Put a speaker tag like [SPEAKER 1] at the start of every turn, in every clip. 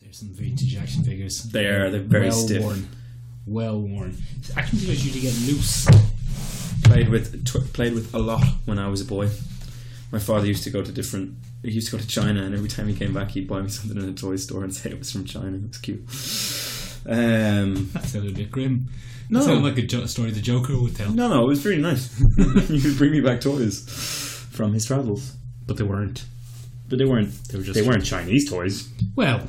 [SPEAKER 1] There's some vintage action figures.
[SPEAKER 2] They are, they're very stiff.
[SPEAKER 1] Worn, well worn. Action figures usually get loose.
[SPEAKER 2] played with tw- played with a lot when I was a boy. My father used to go to different. He used to go to China, and every time he came back, he'd buy me something in a toy store and say it was from China. It was cute. Um,
[SPEAKER 1] That sounded a bit grim.
[SPEAKER 2] No.
[SPEAKER 1] That sounded like a jo- story the Joker would tell.
[SPEAKER 2] no, no, it was really nice. he would bring me back toys from his travels,
[SPEAKER 1] But they weren't.
[SPEAKER 2] but they weren't. They
[SPEAKER 1] were just-
[SPEAKER 2] they weren't Chinese toys,
[SPEAKER 1] Well,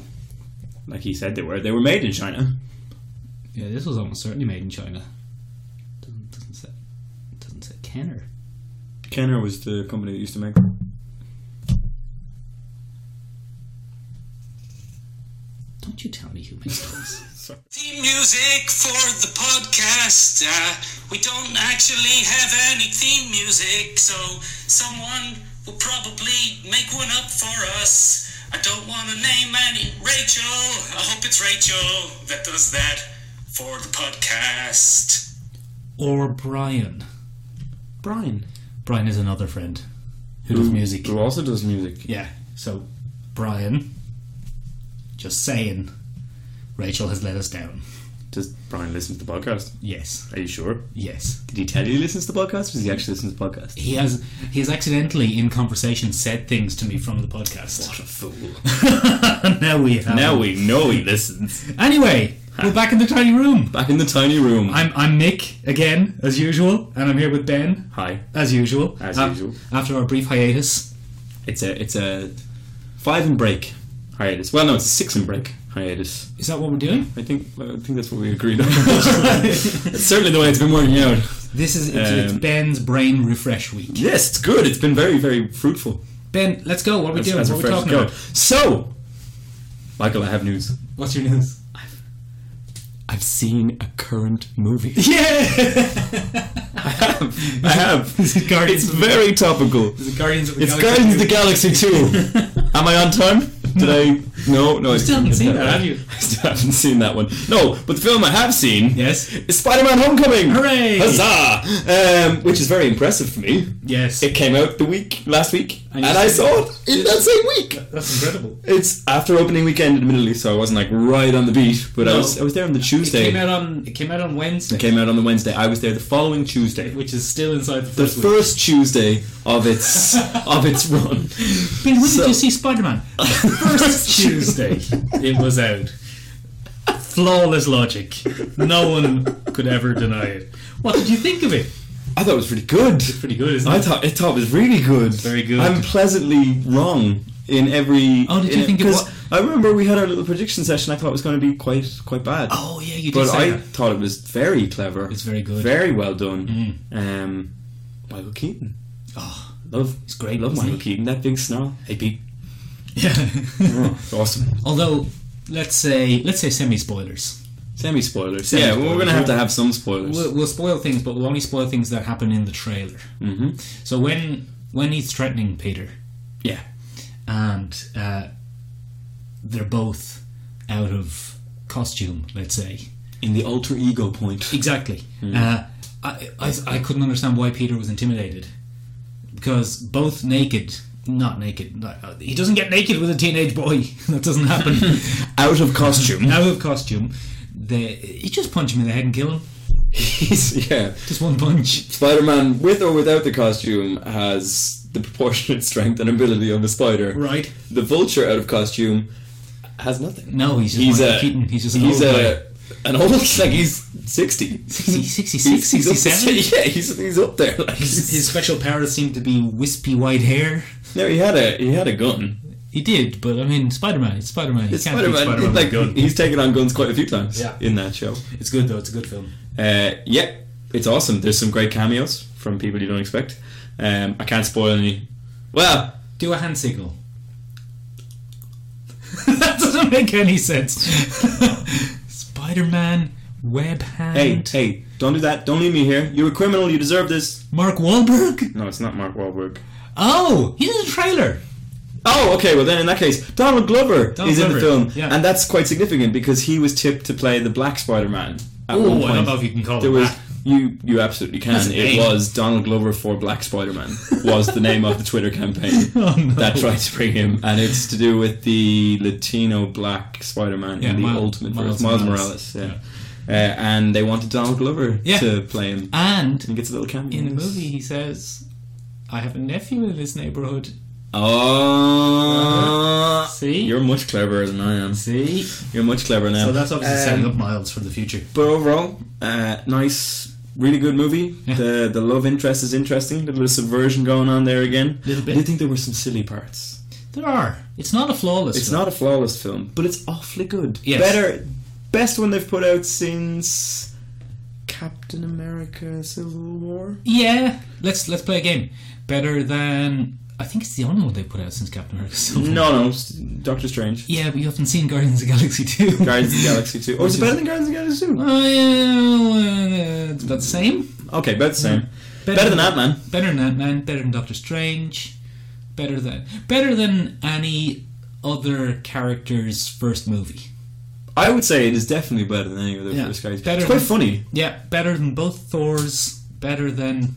[SPEAKER 2] like he said they were. They were made in China.
[SPEAKER 1] yeah, this was almost certainly made in China. Doesn't, doesn't say. Doesn't say Kenner.
[SPEAKER 2] Kenner was the company that used to make.
[SPEAKER 1] Don't you tell me who makes toys.
[SPEAKER 3] Theme music for the podcast. Uh, we don't actually have any theme music, so someone will probably make one up for us. I don't want to name any. Rachel. I hope it's Rachel that does that for the podcast.
[SPEAKER 1] or Brian.
[SPEAKER 2] Brian,
[SPEAKER 1] Brian is another friend who
[SPEAKER 2] Hmm.
[SPEAKER 1] does music.
[SPEAKER 2] who also does music.
[SPEAKER 1] Yeah, so Brian, just saying, Rachel has let us down.
[SPEAKER 2] Does Brian listen to the podcast?
[SPEAKER 1] Yes,
[SPEAKER 2] Are you sure?
[SPEAKER 1] yes.
[SPEAKER 2] Did he tell you he listens to the podcast? Or does he actually listen to the podcast?
[SPEAKER 1] He has he has accidentally in conversation said things to me from the podcast.
[SPEAKER 2] What a fool.
[SPEAKER 1] now we have
[SPEAKER 2] Now we know he listens.
[SPEAKER 1] Anyway, we're back in the tiny room.
[SPEAKER 2] Back in the tiny room.
[SPEAKER 1] I'm I'm Nick again as usual, and I'm here with Ben
[SPEAKER 2] Hi.
[SPEAKER 1] as usual.
[SPEAKER 2] As
[SPEAKER 1] Af-
[SPEAKER 2] usual.
[SPEAKER 1] After our brief hiatus,
[SPEAKER 2] It's a it's a five and break hiatus. Well, no, it's a six and break hiatus.
[SPEAKER 1] is that what we're doing?
[SPEAKER 2] I think I think that's what we agreed on. it's certainly the way it's been working out.
[SPEAKER 1] This is it's, it's
[SPEAKER 2] Um,
[SPEAKER 1] Ben's brain refresh week.
[SPEAKER 2] Yes, it's good. It's been very very fruitful.
[SPEAKER 1] Ben, let's go. What are we doing? What are we
[SPEAKER 2] refreshing
[SPEAKER 1] talking
[SPEAKER 2] go.
[SPEAKER 1] about?
[SPEAKER 2] So, Michael, I have news.
[SPEAKER 1] What's your news?
[SPEAKER 2] I've seen a current movie.
[SPEAKER 1] Yeah.
[SPEAKER 2] I have.
[SPEAKER 1] Is it Guardians
[SPEAKER 2] It's
[SPEAKER 1] of the-
[SPEAKER 2] very topical.
[SPEAKER 1] Is it Guardians of the
[SPEAKER 2] It's
[SPEAKER 1] Galaxy?
[SPEAKER 2] Guardians of the Galaxy 2. Am I on time? Did I? No, no. You
[SPEAKER 1] still haven't seen that, have you?
[SPEAKER 2] I still haven't seen that one. No, but the film I have seen
[SPEAKER 1] Yes.
[SPEAKER 2] is Spider Man Homecoming.
[SPEAKER 1] Hooray!
[SPEAKER 2] Huzzah! Um, which is very impressive for me.
[SPEAKER 1] Yes.
[SPEAKER 2] It came out the week, last week,
[SPEAKER 1] And
[SPEAKER 2] and,
[SPEAKER 1] you
[SPEAKER 2] I
[SPEAKER 1] saw
[SPEAKER 2] saw it in that same week.
[SPEAKER 1] That's incredible.
[SPEAKER 2] It's after opening weekend, admittedly, so I wasn't like right on the beat, but I,
[SPEAKER 1] No.
[SPEAKER 2] was, I was there on the
[SPEAKER 1] It
[SPEAKER 2] Tuesday.
[SPEAKER 1] came out on it came out on Wednesday,
[SPEAKER 2] It came out on the Wednesday. I was there the following Tuesday.
[SPEAKER 1] which is still inside the
[SPEAKER 2] The
[SPEAKER 1] first week.
[SPEAKER 2] first Tuesday of its of its run.
[SPEAKER 1] Ben, when
[SPEAKER 2] so-
[SPEAKER 1] did you see Spider Man? First Tuesday, it was out. Flawless logic. No one could ever deny it. What did you think of it?
[SPEAKER 2] I thought it was really good.
[SPEAKER 1] Pretty good, isn't
[SPEAKER 2] I
[SPEAKER 1] it?
[SPEAKER 2] thought I thought it was really good.
[SPEAKER 1] very good.
[SPEAKER 2] I'm pleasantly wrong in every.
[SPEAKER 1] Oh, did
[SPEAKER 2] in
[SPEAKER 1] you think it
[SPEAKER 2] 'cause
[SPEAKER 1] wa-
[SPEAKER 2] I remember we had our little prediction session. I thought it was going to be quite quite bad.
[SPEAKER 1] oh yeah, you did
[SPEAKER 2] but
[SPEAKER 1] say
[SPEAKER 2] I
[SPEAKER 1] that.
[SPEAKER 2] thought it was very clever.
[SPEAKER 1] It's very good. Mm.
[SPEAKER 2] Very well done. Um, Michael Keaton.
[SPEAKER 1] Oh,
[SPEAKER 2] Love.
[SPEAKER 1] He's great,
[SPEAKER 2] Love
[SPEAKER 1] isn't
[SPEAKER 2] Michael
[SPEAKER 1] he?
[SPEAKER 2] Keaton. That big snarl. Hey, Pete.
[SPEAKER 1] yeah.
[SPEAKER 2] Oh, it's awesome.
[SPEAKER 1] Although, let's say let's say semi spoilers.
[SPEAKER 2] Semi spoilers. Yeah,
[SPEAKER 1] Semi-spoilers.
[SPEAKER 2] well, we're going to have to have some spoilers.
[SPEAKER 1] We'll, we'll spoil things, but we'll only spoil things that happen in the trailer.
[SPEAKER 2] Mhm.
[SPEAKER 1] So when when he's threatening Peter,
[SPEAKER 2] yeah.
[SPEAKER 1] and uh, they're both out of costume, let's say
[SPEAKER 2] In the alter ego point.
[SPEAKER 1] exactly.
[SPEAKER 2] Hmm.
[SPEAKER 1] Uh, I, I I couldn't understand why Peter was intimidated because both naked, not naked. not- uh, he doesn't get naked with a teenage boy. that doesn't happen.
[SPEAKER 2] Out of costume.
[SPEAKER 1] out of costume, they he just punch him in the head and kill him.
[SPEAKER 2] He's- yeah.
[SPEAKER 1] Just one punch.
[SPEAKER 2] Spider Man, with or without the costume, has the proportionate strength and ability of a spider.
[SPEAKER 1] Right.
[SPEAKER 2] The vulture out of costume has nothing.
[SPEAKER 1] No, he's just
[SPEAKER 2] He's
[SPEAKER 1] Michael
[SPEAKER 2] a.
[SPEAKER 1] Keaton. He's just an
[SPEAKER 2] he's
[SPEAKER 1] old guy.
[SPEAKER 2] a. An old. Like, he's 60.
[SPEAKER 1] 60, 66,
[SPEAKER 2] He's- he's up there.
[SPEAKER 1] 67.
[SPEAKER 2] yeah, he's, he's up there. Like,
[SPEAKER 1] His,
[SPEAKER 2] he's-
[SPEAKER 1] his special powers seem to be wispy white hair.
[SPEAKER 2] no, he had a he had a gun.
[SPEAKER 1] He did, but I mean, Spider Man. It's Spider Man. You can't
[SPEAKER 2] Spider
[SPEAKER 1] Spider-Man, beat Spider Man
[SPEAKER 2] Man,
[SPEAKER 1] with a
[SPEAKER 2] like
[SPEAKER 1] gun.
[SPEAKER 2] he's taken on guns quite a few times
[SPEAKER 1] Yeah.
[SPEAKER 2] in that show.
[SPEAKER 1] It's good though. It's a good film.
[SPEAKER 2] Uh, yeah, it's awesome. There's some great cameos from people you don't expect. Um, I can't spoil any. Well,
[SPEAKER 1] Do a hand signal. that doesn't make any sense. Spider Man web hand.
[SPEAKER 2] hey, hey, don't do that. Don't leave me here. You're a criminal. You deserve this.
[SPEAKER 1] Mark Wahlberg.
[SPEAKER 2] No, it's not Mark Wahlberg.
[SPEAKER 1] Oh, he's in the trailer.
[SPEAKER 2] Oh, okay. Well, then in that case, Donald Glover
[SPEAKER 1] Donald
[SPEAKER 2] is in
[SPEAKER 1] Glover,
[SPEAKER 2] the film,
[SPEAKER 1] yeah.
[SPEAKER 2] and that's quite significant because he was tipped to play the Black Spider-Man. At
[SPEAKER 1] Ooh,
[SPEAKER 2] one
[SPEAKER 1] I
[SPEAKER 2] point.
[SPEAKER 1] don't know if you can call
[SPEAKER 2] there
[SPEAKER 1] him
[SPEAKER 2] was
[SPEAKER 1] that.
[SPEAKER 2] You you absolutely can.
[SPEAKER 1] That's
[SPEAKER 2] It
[SPEAKER 1] aim.
[SPEAKER 2] was Donald Glover for Black Spider Man was the name of the Twitter campaign
[SPEAKER 1] Oh, no.
[SPEAKER 2] that tried to bring him, and it's to do with the Latino Black Spider Man
[SPEAKER 1] Yeah,
[SPEAKER 2] in the
[SPEAKER 1] Miles-
[SPEAKER 2] Ultimate
[SPEAKER 1] Miles
[SPEAKER 2] version, Miles
[SPEAKER 1] Morales.
[SPEAKER 2] Morales. yeah. Uh, and they wanted Donald Glover
[SPEAKER 1] Yeah.
[SPEAKER 2] to play him.
[SPEAKER 1] And
[SPEAKER 2] And gets a little cameo
[SPEAKER 1] in the movie, he says, "I have a nephew in this neighborhood."
[SPEAKER 2] Oh,
[SPEAKER 1] See?
[SPEAKER 2] Uh, you're much cleverer than I am.
[SPEAKER 1] See,
[SPEAKER 2] You're much cleverer now.
[SPEAKER 1] so that's obviously
[SPEAKER 2] Um,
[SPEAKER 1] setting up Miles for the future.
[SPEAKER 2] But overall, uh, nice, really good movie.
[SPEAKER 1] Yeah.
[SPEAKER 2] The the love interest is interesting. A little bit of subversion going on there again.
[SPEAKER 1] Little bit.
[SPEAKER 2] I did think there were some silly parts.
[SPEAKER 1] There are. It's not a flawless.
[SPEAKER 2] It's
[SPEAKER 1] film.
[SPEAKER 2] not a flawless film, but it's awfully good.
[SPEAKER 1] Yes.
[SPEAKER 2] Better, best one they've put out since Captain America: Civil War.
[SPEAKER 1] Yeah, let's let's play a game. Better than I think it's the only one they put out since Captain America. So
[SPEAKER 2] No, no, s- Doctor Strange.
[SPEAKER 1] Yeah, but you haven't seen Guardians of the Galaxy two.
[SPEAKER 2] Guardians of the Galaxy Two. Oh,
[SPEAKER 1] Which
[SPEAKER 2] is
[SPEAKER 1] is-
[SPEAKER 2] it better than Guardians of the Galaxy Two?
[SPEAKER 1] Oh yeah, uh, it's about the same.
[SPEAKER 2] Okay, about the same. Better than Ant Man.
[SPEAKER 1] Better than Ant Man. Better than Doctor Strange. Better than better than any other character's first movie.
[SPEAKER 2] I would say it is definitely better than any other
[SPEAKER 1] Yeah.
[SPEAKER 2] first guys.
[SPEAKER 1] Better
[SPEAKER 2] It's quite
[SPEAKER 1] than-
[SPEAKER 2] funny.
[SPEAKER 1] Yeah, better than both Thors. Better than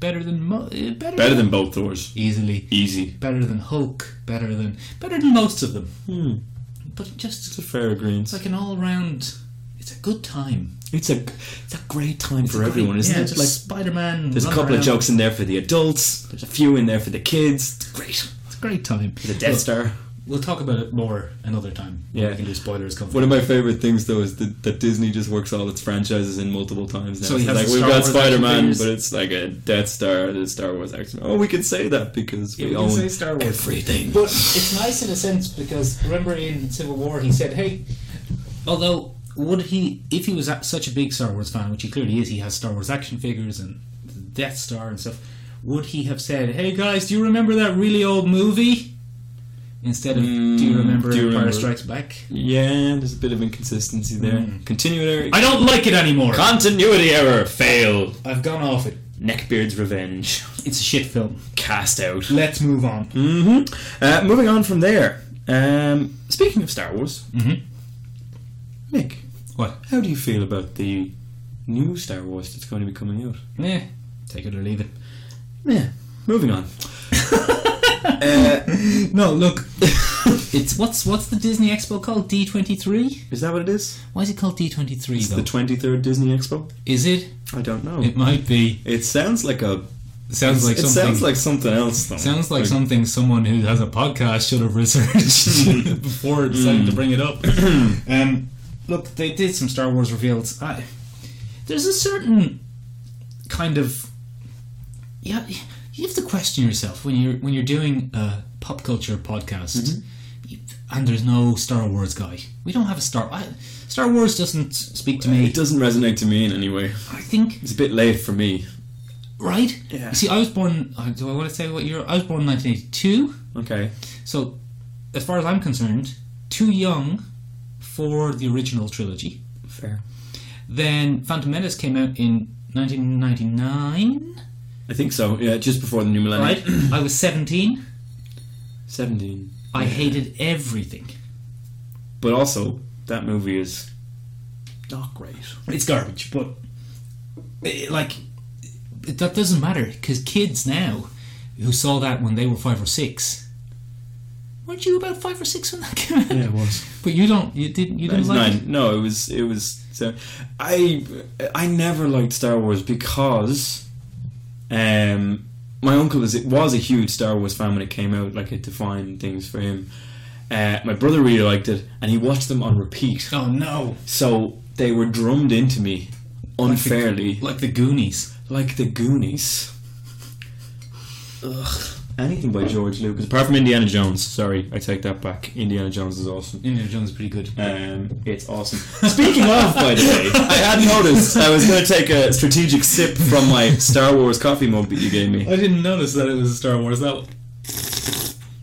[SPEAKER 1] better than mo- uh, better,
[SPEAKER 2] Better than both Thors.
[SPEAKER 1] easily.
[SPEAKER 2] Easy.
[SPEAKER 1] Better than Hulk. Better than better than most of them.
[SPEAKER 2] Hmm.
[SPEAKER 1] But just
[SPEAKER 2] It's a fair agreement.
[SPEAKER 1] It's like an all round. It's a good time
[SPEAKER 2] It's a it's a great time for
[SPEAKER 1] It's a
[SPEAKER 2] everyone,
[SPEAKER 1] great-
[SPEAKER 2] isn't
[SPEAKER 1] yeah,
[SPEAKER 2] it?
[SPEAKER 1] Just
[SPEAKER 2] Like,
[SPEAKER 1] Spider Man.
[SPEAKER 2] there's a couple of jokes in there for the adults. There's a few in there for the kids. It's great.
[SPEAKER 1] It's a great time.
[SPEAKER 2] The Death Star.
[SPEAKER 1] We'll talk about it more another time.
[SPEAKER 2] Yeah.
[SPEAKER 1] we can do spoilers. Come
[SPEAKER 2] One of my favorite things though is that, that Disney just works all its franchises in multiple times now.
[SPEAKER 1] So he
[SPEAKER 2] It's
[SPEAKER 1] has
[SPEAKER 2] like
[SPEAKER 1] the
[SPEAKER 2] we've
[SPEAKER 1] Star
[SPEAKER 2] got
[SPEAKER 1] Wars
[SPEAKER 2] Spider Man,
[SPEAKER 1] action
[SPEAKER 2] but it's like a Death Star, the Star Wars action. Oh, we can say that because we,
[SPEAKER 1] we can
[SPEAKER 2] own
[SPEAKER 1] say Star Wars.
[SPEAKER 2] everything.
[SPEAKER 1] But it's nice in a sense because remember in Civil War he said, "Hey," although would he if he was a- such a big Star Wars fan, which he clearly is, he has Star Wars action figures and the Death Star and stuff. Would he have said, "Hey guys, do you remember that really old movie?" Instead of, "Do you
[SPEAKER 2] Mm,
[SPEAKER 1] remember
[SPEAKER 2] do you
[SPEAKER 1] Empire
[SPEAKER 2] remember-
[SPEAKER 1] Strikes Back?"
[SPEAKER 2] Yeah, there's a bit of inconsistency there.
[SPEAKER 1] Hmm.
[SPEAKER 2] Continuity error.
[SPEAKER 1] I don't like it anymore.
[SPEAKER 2] Continuity error. Fail.
[SPEAKER 1] I've gone off it.
[SPEAKER 2] Neckbeard's revenge.
[SPEAKER 1] It's a shit film.
[SPEAKER 2] Cast out.
[SPEAKER 1] Let's move on.
[SPEAKER 2] hmm Uh, moving on from there. Um, speaking of Star Wars,
[SPEAKER 1] Mhm.
[SPEAKER 2] Nick,
[SPEAKER 1] What?
[SPEAKER 2] how do you feel about the new Star Wars that's going to be coming out?
[SPEAKER 1] Eh, take it or leave it.
[SPEAKER 2] Yeah. Moving on. uh,
[SPEAKER 1] No, look. it's what's what's the Disney Expo called? D twenty three.
[SPEAKER 2] is that what it is?
[SPEAKER 1] Why is it called D twenty three
[SPEAKER 2] It's
[SPEAKER 1] though?
[SPEAKER 2] the 23rd Disney Expo?
[SPEAKER 1] is it?
[SPEAKER 2] I don't know.
[SPEAKER 1] It might be.
[SPEAKER 2] It sounds like a.
[SPEAKER 1] Sounds like
[SPEAKER 2] it
[SPEAKER 1] something.
[SPEAKER 2] sounds like something else. Though.
[SPEAKER 1] sounds like something someone who has a podcast should have researched before deciding to bring it up. um, look, they did some Star Wars reveals. I, there's a certain kind of yeah. You have to question yourself when you're when you're doing a pop culture podcast, you- and there's no Star Wars guy. We don't have a Star I, Star Wars doesn't speak to me.
[SPEAKER 2] It doesn't resonate to me in any way.
[SPEAKER 1] I think
[SPEAKER 2] It's a bit late for me.
[SPEAKER 1] right.
[SPEAKER 2] Yeah.
[SPEAKER 1] You see, I was born. uh, Do I want to say what year? I was born in 1982.
[SPEAKER 2] Okay.
[SPEAKER 1] So, as far as I'm concerned, too young for the original trilogy.
[SPEAKER 2] Fair.
[SPEAKER 1] Then Phantom Menace came out in 1999,
[SPEAKER 2] I think so. Yeah, just before the new millennium.
[SPEAKER 1] right? I was 17.
[SPEAKER 2] 17.
[SPEAKER 1] I hated everything.
[SPEAKER 2] But also, that movie is not great.
[SPEAKER 1] It's garbage, but eh, like that doesn't matter because kids now who saw that when they were five or six, weren't you about five or six when that came out?
[SPEAKER 2] Yeah, it was.
[SPEAKER 1] But you don't, you didn't, you didn't like.
[SPEAKER 2] Nine.
[SPEAKER 1] it.
[SPEAKER 2] No, it was. It was. So, I I never liked Star Wars because, um, my uncle was it was a huge Star Wars fan when it came out. Like it defined things for him. Uh, my brother really liked it, and he watched them on repeat.
[SPEAKER 1] Oh no!
[SPEAKER 2] So they were drummed into me unfairly,
[SPEAKER 1] Like the Goonies.
[SPEAKER 2] like the Goonies. Ugh. Anything by George Lucas, apart from Indiana Jones. Sorry, I take that back. Indiana Jones is awesome.
[SPEAKER 1] Indiana Jones is pretty good.
[SPEAKER 2] Um, it's awesome. Speaking of, by the way, I had noticed I was going to take a strategic sip from my Star Wars coffee mug that you gave me.
[SPEAKER 1] I didn't notice that it was a Star Wars. That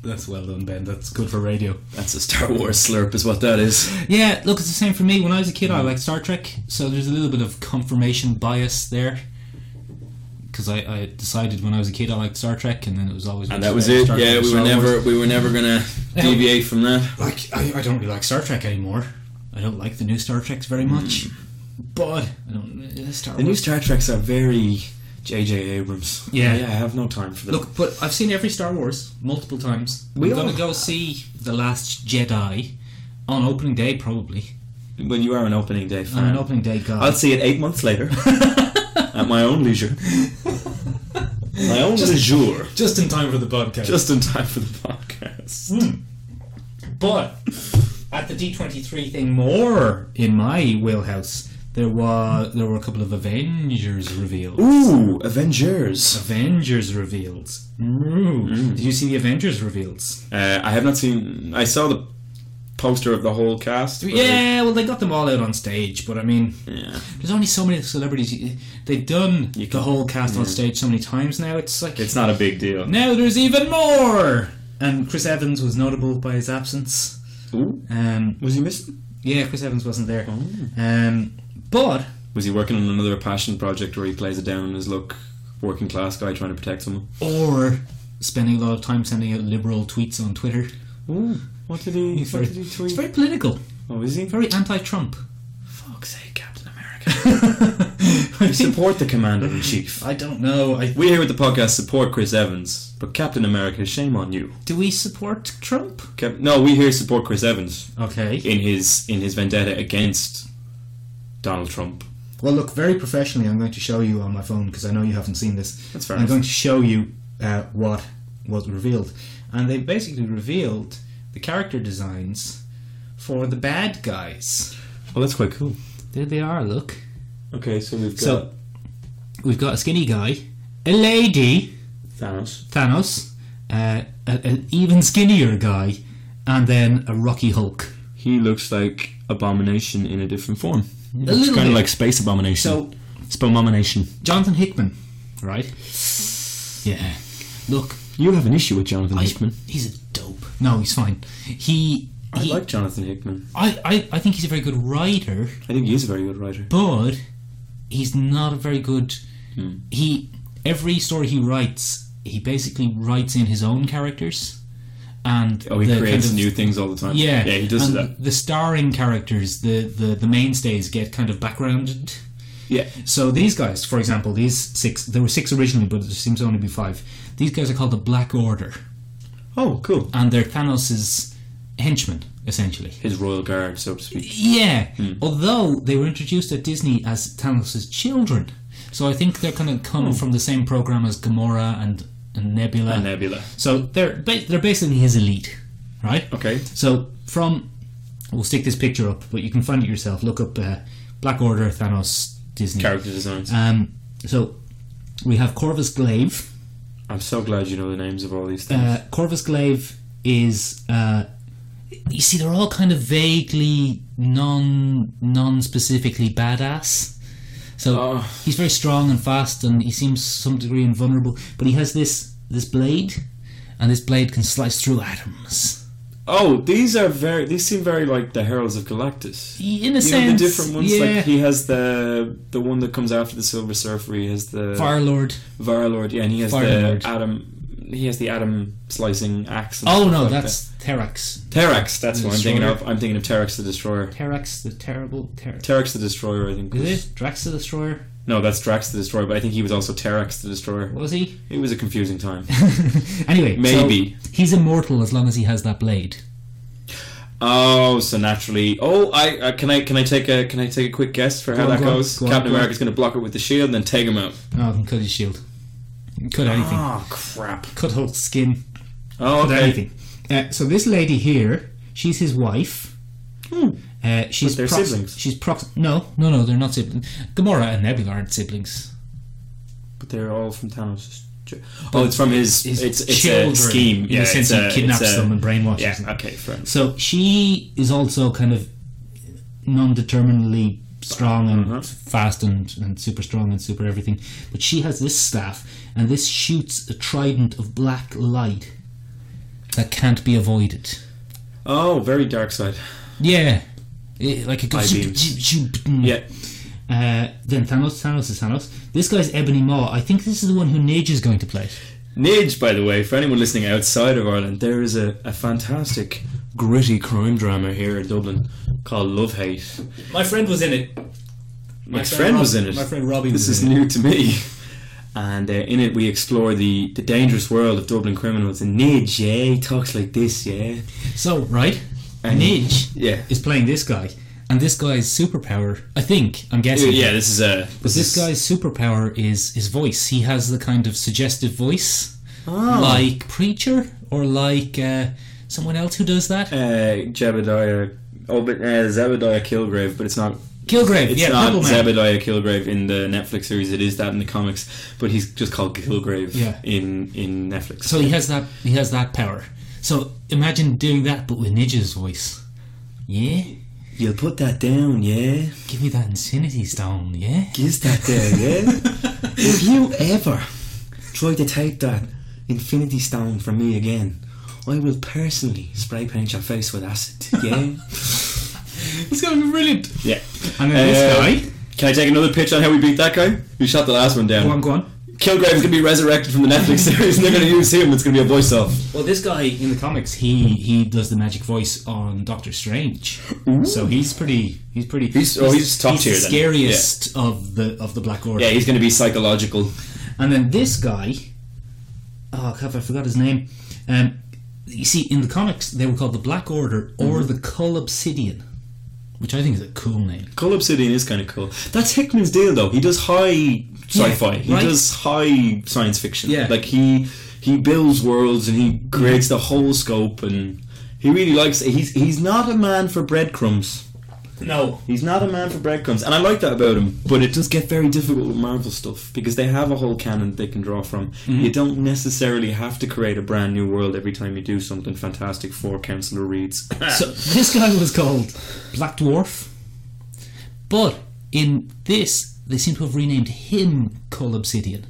[SPEAKER 1] that's well done, Ben. That's good for radio.
[SPEAKER 2] That's a Star Wars slurp, is what that is.
[SPEAKER 1] Yeah, look, it's the same for me. When I was a kid,
[SPEAKER 2] Mm.
[SPEAKER 1] I liked Star Trek, so there's a little bit of confirmation bias there. Because I, I decided when I was a kid I liked Star Trek, and then it was always
[SPEAKER 2] And that was it.
[SPEAKER 1] Star Trek
[SPEAKER 2] Yeah,
[SPEAKER 1] or
[SPEAKER 2] we
[SPEAKER 1] Star
[SPEAKER 2] were
[SPEAKER 1] Wars.
[SPEAKER 2] never we were never gonna deviate from that.
[SPEAKER 1] like I, I don't really like Star Trek anymore. I don't like the new Star Treks very much. But I don't. uh, Star
[SPEAKER 2] Mm. The new
[SPEAKER 1] Wars.
[SPEAKER 2] Star Treks are very J.J. Abrams.
[SPEAKER 1] Yeah.
[SPEAKER 2] yeah. I have no time for them.
[SPEAKER 1] Look, but I've seen every Star Wars multiple times.
[SPEAKER 2] We
[SPEAKER 1] I'm gonna
[SPEAKER 2] all-
[SPEAKER 1] go see the Last Jedi on opening day probably.
[SPEAKER 2] when you are an opening day fan,
[SPEAKER 1] On an opening day, God.
[SPEAKER 2] Uh, I'll see it eight months later at my own leisure, my own leisure,
[SPEAKER 1] just in time for the podcast.
[SPEAKER 2] just in time for the podcast.
[SPEAKER 1] But at the D23 thing, more in my wheelhouse, there was there were a couple of Avengers reveals.
[SPEAKER 2] Ooh, Avengers!
[SPEAKER 1] Avengers reveals. Ooh. Did you see the Avengers reveals?
[SPEAKER 2] Uh, I have not seen. I saw the poster of the whole cast. but I-
[SPEAKER 1] Yeah, well, they got them all out on stage, but I mean,
[SPEAKER 2] yeah.
[SPEAKER 1] there's only so many celebrities. you- They've done the
[SPEAKER 2] You can-
[SPEAKER 1] whole cast on stage so many times now. It's like
[SPEAKER 2] It's not a big deal.
[SPEAKER 1] now there's even more. And Chris Evans was notable by his absence.
[SPEAKER 2] Ooh,
[SPEAKER 1] Um,
[SPEAKER 2] was he missing?
[SPEAKER 1] yeah, Chris Evans wasn't there. Um, but
[SPEAKER 2] Was he working on another passion project where he plays it down in his look, working class guy trying to protect someone?
[SPEAKER 1] or spending a lot of time sending out liberal tweets on Twitter.
[SPEAKER 2] Ooh, what did he? What did he
[SPEAKER 1] It's
[SPEAKER 2] tweet?
[SPEAKER 1] very political,
[SPEAKER 2] Oh, is he? For
[SPEAKER 1] very anti-Trump.
[SPEAKER 2] fuck's sake, Captain America!
[SPEAKER 1] I,
[SPEAKER 2] We support the Commander in Chief.
[SPEAKER 1] I don't know. I,
[SPEAKER 2] We here at the podcast support Chris Evans, but Captain America, shame on you.
[SPEAKER 1] do we support Trump?
[SPEAKER 2] Cap- no, we here support Chris Evans
[SPEAKER 1] Okay.
[SPEAKER 2] in his in his vendetta against Donald Trump.
[SPEAKER 1] Well, look, very professionally, I'm going to show you on my phone because I know you haven't seen this.
[SPEAKER 2] That's fair
[SPEAKER 1] I'm
[SPEAKER 2] enough.
[SPEAKER 1] going to show you uh, what was revealed, and they basically revealed the character designs for the bad guys.
[SPEAKER 2] Well, that's quite cool.
[SPEAKER 1] There they are. Look.
[SPEAKER 2] Okay, so we've got
[SPEAKER 1] So we've got a skinny guy, a lady.
[SPEAKER 2] Thanos.
[SPEAKER 1] Thanos, uh, a, an even skinnier guy, and then a Rocky Hulk.
[SPEAKER 2] He looks like Abomination in a different form.
[SPEAKER 1] A little
[SPEAKER 2] kind
[SPEAKER 1] bit.
[SPEAKER 2] of like Space Abomination.
[SPEAKER 1] So-
[SPEAKER 2] Spomomination.
[SPEAKER 1] Jonathan Hickman, right? Yeah. Look,
[SPEAKER 2] You have an issue with Jonathan
[SPEAKER 1] I-
[SPEAKER 2] Hickman.
[SPEAKER 1] he's a dope. No, he's fine. He,
[SPEAKER 2] I
[SPEAKER 1] he
[SPEAKER 2] like Jonathan Hickman.
[SPEAKER 1] I, I, I think he's a very good writer,
[SPEAKER 2] I think he is a very good writer.
[SPEAKER 1] but he's not a very good.
[SPEAKER 2] Hmm.
[SPEAKER 1] He every story he writes, he basically writes in his own characters, and
[SPEAKER 2] Oh, he
[SPEAKER 1] the
[SPEAKER 2] creates
[SPEAKER 1] kind of-
[SPEAKER 2] new things all the time.
[SPEAKER 1] Yeah,
[SPEAKER 2] yeah, he does
[SPEAKER 1] and
[SPEAKER 2] that.
[SPEAKER 1] The starring characters, the, the the mainstays, get kind of backgrounded.
[SPEAKER 2] Yeah,
[SPEAKER 1] So these guys, for example, these six, there were six originally, but there seems to only be five. These guys are called the Black Order,
[SPEAKER 2] Oh, cool.
[SPEAKER 1] and they're Thanos' henchmen, essentially.
[SPEAKER 2] His royal guard, so to speak.
[SPEAKER 1] Yeah, although they were introduced at Disney as Thanos' children, so I think they're kind of come from the same program as Gamora and, and Nebula.
[SPEAKER 2] And Nebula.
[SPEAKER 1] so they're ba- they're basically his elite, right?
[SPEAKER 2] Okay.
[SPEAKER 1] So from we'll stick this picture up, but you can find it yourself. Look up uh, Black Order, Thanos, Disney.
[SPEAKER 2] Character designs.
[SPEAKER 1] Um, so we have Corvus Glaive.
[SPEAKER 2] I'm so glad you know the names of all these things.
[SPEAKER 1] Uh, Corvus Glaive is. Uh, you see, they're all kind of vaguely non non specifically badass. So
[SPEAKER 2] Oh.
[SPEAKER 1] he's very strong and fast, and he seems to some degree invulnerable. But he has this this blade, and this blade can slice through atoms.
[SPEAKER 2] oh, these are very. These seem very like the Heralds of Galactus.
[SPEAKER 1] In a
[SPEAKER 2] You
[SPEAKER 1] sense,
[SPEAKER 2] know the different ones.
[SPEAKER 1] yeah.
[SPEAKER 2] Like he has the the one that comes after the Silver Surfer. He has the
[SPEAKER 1] Fire Lord.
[SPEAKER 2] Fire Lord. Yeah, and he has
[SPEAKER 1] Fire
[SPEAKER 2] the
[SPEAKER 1] Lord.
[SPEAKER 2] atom. He has the atom slicing axe. And
[SPEAKER 1] Oh
[SPEAKER 2] stuff
[SPEAKER 1] no,
[SPEAKER 2] like
[SPEAKER 1] that's Terax.
[SPEAKER 2] that. Terax. That's
[SPEAKER 1] The
[SPEAKER 2] what I'm thinking
[SPEAKER 1] Destroyer.
[SPEAKER 2] of. I'm thinking of Terax the Destroyer.
[SPEAKER 1] Terax, the terrible Terax.
[SPEAKER 2] Terax the Destroyer, I think. was-
[SPEAKER 1] Is it Drax the Destroyer?
[SPEAKER 2] No, that's Drax the Destroyer, but I think he was also Terax the Destroyer.
[SPEAKER 1] Was he?
[SPEAKER 2] It was a confusing time.
[SPEAKER 1] anyway, so
[SPEAKER 2] Maybe.
[SPEAKER 1] he's immortal as long as he has that blade.
[SPEAKER 2] Oh, so naturally. Oh, I uh, can I can I take a can I take a quick guess for how
[SPEAKER 1] on,
[SPEAKER 2] that
[SPEAKER 1] go on,
[SPEAKER 2] goes?
[SPEAKER 1] go on,
[SPEAKER 2] Captain
[SPEAKER 1] go on.
[SPEAKER 2] America's going to block it with the shield and then take him out.
[SPEAKER 1] Oh, I can cut his shield. You can Cut anything.
[SPEAKER 2] Oh crap!
[SPEAKER 1] Cut Hulk's skin.
[SPEAKER 2] Oh,
[SPEAKER 1] Cut
[SPEAKER 2] okay.
[SPEAKER 1] anything. Uh, so this lady here, she's his wife. Uh, she's
[SPEAKER 2] Hmm. But they're
[SPEAKER 1] prox-
[SPEAKER 2] siblings.
[SPEAKER 1] She's prox. No, no, no, they're not siblings. Gamora and Nebula aren't siblings.
[SPEAKER 2] But they're all from Thanos. Oh, it's from his.
[SPEAKER 1] His
[SPEAKER 2] it's it's
[SPEAKER 1] children,
[SPEAKER 2] a scheme.
[SPEAKER 1] in
[SPEAKER 2] yeah,
[SPEAKER 1] the sense
[SPEAKER 2] it's
[SPEAKER 1] he
[SPEAKER 2] a-
[SPEAKER 1] kidnaps
[SPEAKER 2] it's a-
[SPEAKER 1] them and brainwashes
[SPEAKER 2] Yeah.
[SPEAKER 1] them.
[SPEAKER 2] Okay. Fair. enough.
[SPEAKER 1] So she is also kind of non-determinately strong and
[SPEAKER 2] Uh-huh.
[SPEAKER 1] fast and, and super strong and super everything. But she has this staff, and this shoots a trident of black light that can't be avoided.
[SPEAKER 2] Oh, very dark side.
[SPEAKER 1] Yeah. Eh, like it goes.
[SPEAKER 2] I-beam. Yeah.
[SPEAKER 1] Uh, then Thanos, Thanos is Thanos. This guy's Ebony Maw. I think this is the one who Nige is going to play.
[SPEAKER 2] Nidge, by the way, for anyone listening outside of Ireland, there is a, a fantastic gritty crime drama here in Dublin called Love Hate.
[SPEAKER 1] My friend was in it.
[SPEAKER 2] My, friend was
[SPEAKER 1] Rob-
[SPEAKER 2] in it.
[SPEAKER 1] My friend Robbie
[SPEAKER 2] This
[SPEAKER 1] was
[SPEAKER 2] is
[SPEAKER 1] in it.
[SPEAKER 2] new to me. And uh, in it, we explore the, the dangerous world of Dublin criminals. And Nidge, yeah, he talks like this, yeah.
[SPEAKER 1] So, right?
[SPEAKER 2] And-
[SPEAKER 1] Nidge
[SPEAKER 2] Yeah.
[SPEAKER 1] is playing this guy. And this guy's superpower, I think, I'm guessing.
[SPEAKER 2] Yeah, this is a.
[SPEAKER 1] But this guy's superpower is his voice. He has the kind of suggestive voice, Oh. like Preacher or like uh, someone else who does that.
[SPEAKER 2] Uh, Jebediah. Oh, but uh, Zebediah Kilgrave, but it's not.
[SPEAKER 1] Kilgrave,
[SPEAKER 2] It's
[SPEAKER 1] yeah,
[SPEAKER 2] not
[SPEAKER 1] Purple Man.
[SPEAKER 2] Zebediah Kilgrave in the Netflix series. It is that in the comics, but he's just called Kilgrave
[SPEAKER 1] Yeah.
[SPEAKER 2] in in Netflix.
[SPEAKER 1] So he has that. He has that power. So imagine doing that, but with Ninja's voice. Yeah,
[SPEAKER 2] you'll put that down, yeah.
[SPEAKER 1] give me that Infinity Stone. Yeah,
[SPEAKER 2] Is that there, yeah? if you ever try to take that Infinity Stone from me again, I will personally spray paint your face with acid, yeah?
[SPEAKER 1] it's gonna be brilliant.
[SPEAKER 2] yeah.
[SPEAKER 1] And
[SPEAKER 2] Uh,
[SPEAKER 1] then this guy.
[SPEAKER 2] Can I take another pitch on how we beat that guy? We shot the last one down.
[SPEAKER 1] Go on, go on.
[SPEAKER 2] Kilgrave is going to be resurrected from the Netflix series and they're going to use him. It's going to be a voice off.
[SPEAKER 1] Well, this guy in the comics, he he does the magic voice on Doctor Strange, so he's pretty he's pretty
[SPEAKER 2] He's- oh, he's top tier
[SPEAKER 1] the
[SPEAKER 2] then.
[SPEAKER 1] scariest of the of the Black Order.
[SPEAKER 2] Yeah, he's going to be psychological.
[SPEAKER 1] And then this guy, oh, crap, I forgot his name. Um, you see, in the comics, they were called the Black Order or
[SPEAKER 2] Mm-hmm.
[SPEAKER 1] the Cull Obsidian, which I think is a cool name.
[SPEAKER 2] Call Obsidian is kind of cool. That's Hickman's deal, though. He does high sci-fi. he
[SPEAKER 1] right.
[SPEAKER 2] does high science fiction.
[SPEAKER 1] Yeah.
[SPEAKER 2] like he he builds worlds and he creates the whole scope, and he really likes. He's he's not a man for breadcrumbs.
[SPEAKER 1] No.
[SPEAKER 2] He's not a man for breadcrumbs, and I like that about him. But it does get very difficult with Marvel stuff because they have a whole canon they can draw from. You don't necessarily have to create a brand new world every time you do something. Fantastic Four, Counselor Reed's.
[SPEAKER 1] So this guy was called Black Dwarf, but in this, they seem to have renamed him Cull Obsidian.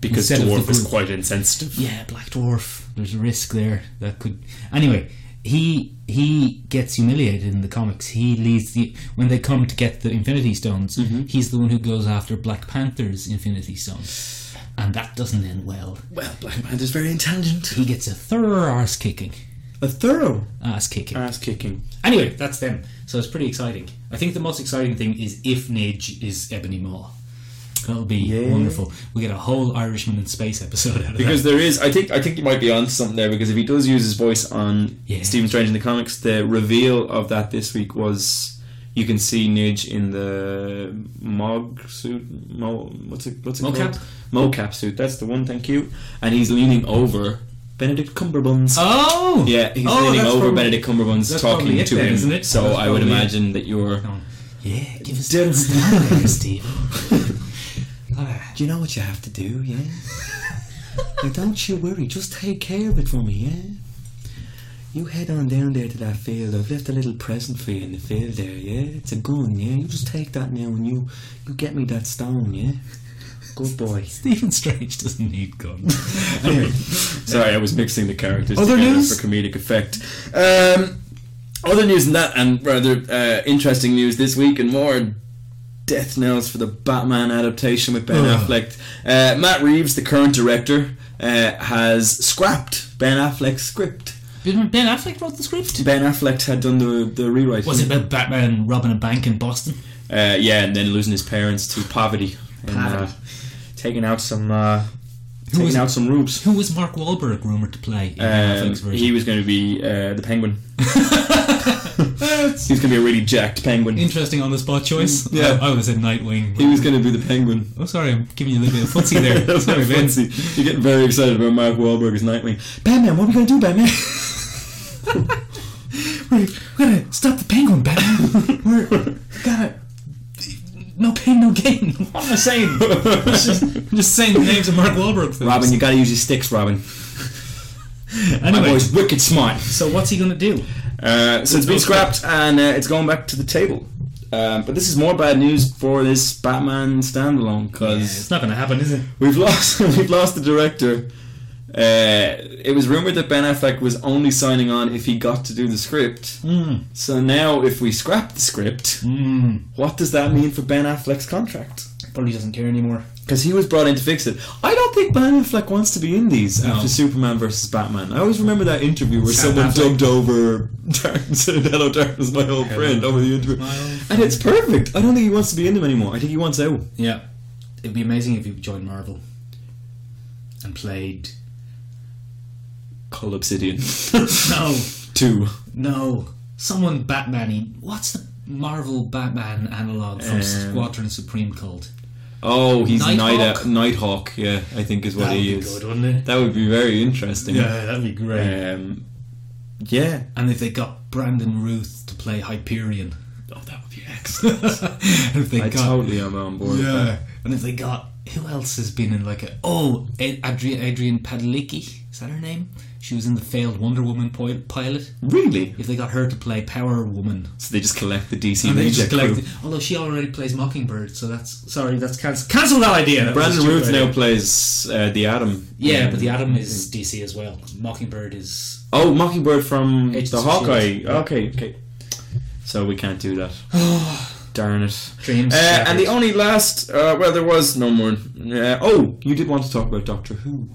[SPEAKER 2] because
[SPEAKER 1] Instead of the
[SPEAKER 2] Dwarf is
[SPEAKER 1] group.
[SPEAKER 2] quite insensitive.
[SPEAKER 1] Yeah, Black Dwarf. There's a risk there that could. Anyway, he he gets humiliated in the comics. He leads the when they come to get the Infinity Stones.
[SPEAKER 2] Mm-hmm.
[SPEAKER 1] He's the one who goes after Black Panther's Infinity Stone, and that doesn't end well.
[SPEAKER 2] Well, Black Panther's very intelligent.
[SPEAKER 1] He gets a thorough arse kicking,
[SPEAKER 2] A thorough
[SPEAKER 1] ass kicking.
[SPEAKER 2] ass kicking.
[SPEAKER 1] Anyway, that's them. So it's pretty exciting. I think the most exciting thing is if Nidge is Ebony Maw. That'll be wonderful. We get a whole Irishman in space episode out of
[SPEAKER 2] Because there is, I think, I think you might be on something there. Because if he does use his voice on
[SPEAKER 1] Yeah.
[SPEAKER 2] Stephen Strange in the comics, the reveal of that this week was you can see Nidge in the mog suit, mo, what's it, what's it
[SPEAKER 1] Mocap?
[SPEAKER 2] called? Mocap suit. That's the one. Thank you. And he's leaning over Benedict Cumberbuns.
[SPEAKER 1] that. Oh,
[SPEAKER 2] Yeah, he's
[SPEAKER 1] Oh,
[SPEAKER 2] leaning
[SPEAKER 1] that's
[SPEAKER 2] over
[SPEAKER 1] probably-
[SPEAKER 2] Benedict Cumberbuns
[SPEAKER 1] that's
[SPEAKER 2] talking
[SPEAKER 1] probably it
[SPEAKER 2] to
[SPEAKER 1] then,
[SPEAKER 2] him.
[SPEAKER 1] isn't it?
[SPEAKER 2] So
[SPEAKER 1] That's
[SPEAKER 2] I would
[SPEAKER 1] probably it.
[SPEAKER 2] imagine that you're.
[SPEAKER 1] Yeah, give us
[SPEAKER 2] Didn't-
[SPEAKER 1] that, Steve.
[SPEAKER 2] Do you know what you have to do, yeah? now don't you worry, just take care of it for me, yeah? You head on down there to that field. I've left a little present for you in the field there, yeah? It's a gun, yeah? You just take that now and you you get me that stone, yeah? Good boy.
[SPEAKER 1] Stephen Strange doesn't need guns.
[SPEAKER 2] Anyway, sorry, I was mixing the characters
[SPEAKER 1] Other
[SPEAKER 2] together
[SPEAKER 1] news?
[SPEAKER 2] for comedic effect. Um, other news than that, and rather uh, interesting news this week, and more death knells for the Batman adaptation with Ben
[SPEAKER 1] Ugh.
[SPEAKER 2] Affleck. Uh, Matt Reeves, the current director, uh, has scrapped Ben Affleck's script.
[SPEAKER 1] Didn't Ben Affleck wrote the script?
[SPEAKER 2] Ben Affleck had done the the rewrite.
[SPEAKER 1] Was it about Batman robbing a bank in Boston?
[SPEAKER 2] Uh, yeah, and then losing his parents to poverty. and, uh,
[SPEAKER 1] Poverty.
[SPEAKER 2] taking out some. Uh, taking
[SPEAKER 1] was it?
[SPEAKER 2] out some rubes.
[SPEAKER 1] Who was Mark Wahlberg rumored to play in Ben
[SPEAKER 2] Um,
[SPEAKER 1] Affleck's version?
[SPEAKER 2] he was going to be uh, the penguin. He's going to be a really jacked penguin.
[SPEAKER 1] Ah, Interesting on the spot choice.
[SPEAKER 2] Mm, Yeah.
[SPEAKER 1] I, I was in Nightwing.
[SPEAKER 2] He was going to be the penguin.
[SPEAKER 1] oh, sorry, I'm giving you a little bit of footsie
[SPEAKER 2] That
[SPEAKER 1] there.
[SPEAKER 2] was
[SPEAKER 1] sorry, Ben.
[SPEAKER 2] fancy. You're getting very excited about Mark Wahlberg as Nightwing. Batman, what are we going to do, Batman?
[SPEAKER 1] We're gonna stop the penguin, Batman. We're gotta. No pain, no gain. What am I saying? I'm just saying the names of Mark Wahlberg films.
[SPEAKER 2] Robin, you got to use your sticks, Robin. My
[SPEAKER 1] Anyway,
[SPEAKER 2] boy's wicked smart.
[SPEAKER 1] so what's he gonna do?
[SPEAKER 2] Uh, so it's been scrapped and uh, it's going back to the table. Um, but this is more bad news for this Batman standalone because
[SPEAKER 1] It's not gonna happen, is it?
[SPEAKER 2] We've lost. we've lost the director. Uh, it was rumored that Ben Affleck was only signing on if he got to do the script. Hmm. Mm. So now, if we scrap the script, what does that mean for Ben Affleck's contract?
[SPEAKER 1] probably doesn't care anymore.
[SPEAKER 2] Because he was brought in to fix it. I don't think Ben Affleck wants to be in these
[SPEAKER 1] No.
[SPEAKER 2] after Superman versus Batman. I always remember that interview where
[SPEAKER 1] Sam
[SPEAKER 2] someone
[SPEAKER 1] Affleck.
[SPEAKER 2] dubbed over Darkness, Hello Darkness, my old friend, over the interview.
[SPEAKER 1] My old
[SPEAKER 2] And it's perfect. I don't think he wants to be in them anymore. I think he wants out.
[SPEAKER 1] Yeah, it'd be amazing if you joined Marvel and played.
[SPEAKER 2] Call Obsidian.
[SPEAKER 1] No,
[SPEAKER 2] Two.
[SPEAKER 1] no, someone Batman. What's the Marvel Batman analog from
[SPEAKER 2] Um,
[SPEAKER 1] Squadron Supreme called?
[SPEAKER 2] Oh, he's Nighthawk.
[SPEAKER 1] Nighthawk?
[SPEAKER 2] Nighthawk, yeah, I think is what
[SPEAKER 1] That would
[SPEAKER 2] he
[SPEAKER 1] be
[SPEAKER 2] is.
[SPEAKER 1] good, wouldn't it?
[SPEAKER 2] That would be very interesting.
[SPEAKER 1] Yeah, that'd be great.
[SPEAKER 2] Um, yeah.
[SPEAKER 1] And if they got Brandon Ruth to play Hyperion,
[SPEAKER 2] Oh, that would be
[SPEAKER 1] and
[SPEAKER 2] excellent.
[SPEAKER 1] if they
[SPEAKER 2] I
[SPEAKER 1] got
[SPEAKER 2] totally am on board with that.
[SPEAKER 1] yeah, and if they got who else has been in like a oh Ad- Adrian Adrian Padalecki is that her name? She was in the failed Wonder Woman poi- pilot.
[SPEAKER 2] Really?
[SPEAKER 1] If they got her to play Power Woman,
[SPEAKER 2] So they just collect the DC
[SPEAKER 1] and they
[SPEAKER 2] Ninja
[SPEAKER 1] just
[SPEAKER 2] crew.
[SPEAKER 1] collected. Although she already plays Mockingbird, so that's sorry, that's cancel cancel that idea. That was a
[SPEAKER 2] Brandon
[SPEAKER 1] stupid
[SPEAKER 2] Ruth
[SPEAKER 1] idea.
[SPEAKER 2] now plays uh, the Atom.
[SPEAKER 1] Yeah, but the Atom is DC as well. Mockingbird is
[SPEAKER 2] Oh, Mockingbird from
[SPEAKER 1] Agents
[SPEAKER 2] the
[SPEAKER 1] of S.H.I.E.L.D..
[SPEAKER 2] Hawkeye. Okay, okay. So we can't do that. Darn it.
[SPEAKER 1] Dreams
[SPEAKER 2] Uh, and the
[SPEAKER 1] shattered.
[SPEAKER 2] only last, uh, well, there was no more. Uh, oh, you did want to talk about Doctor Who.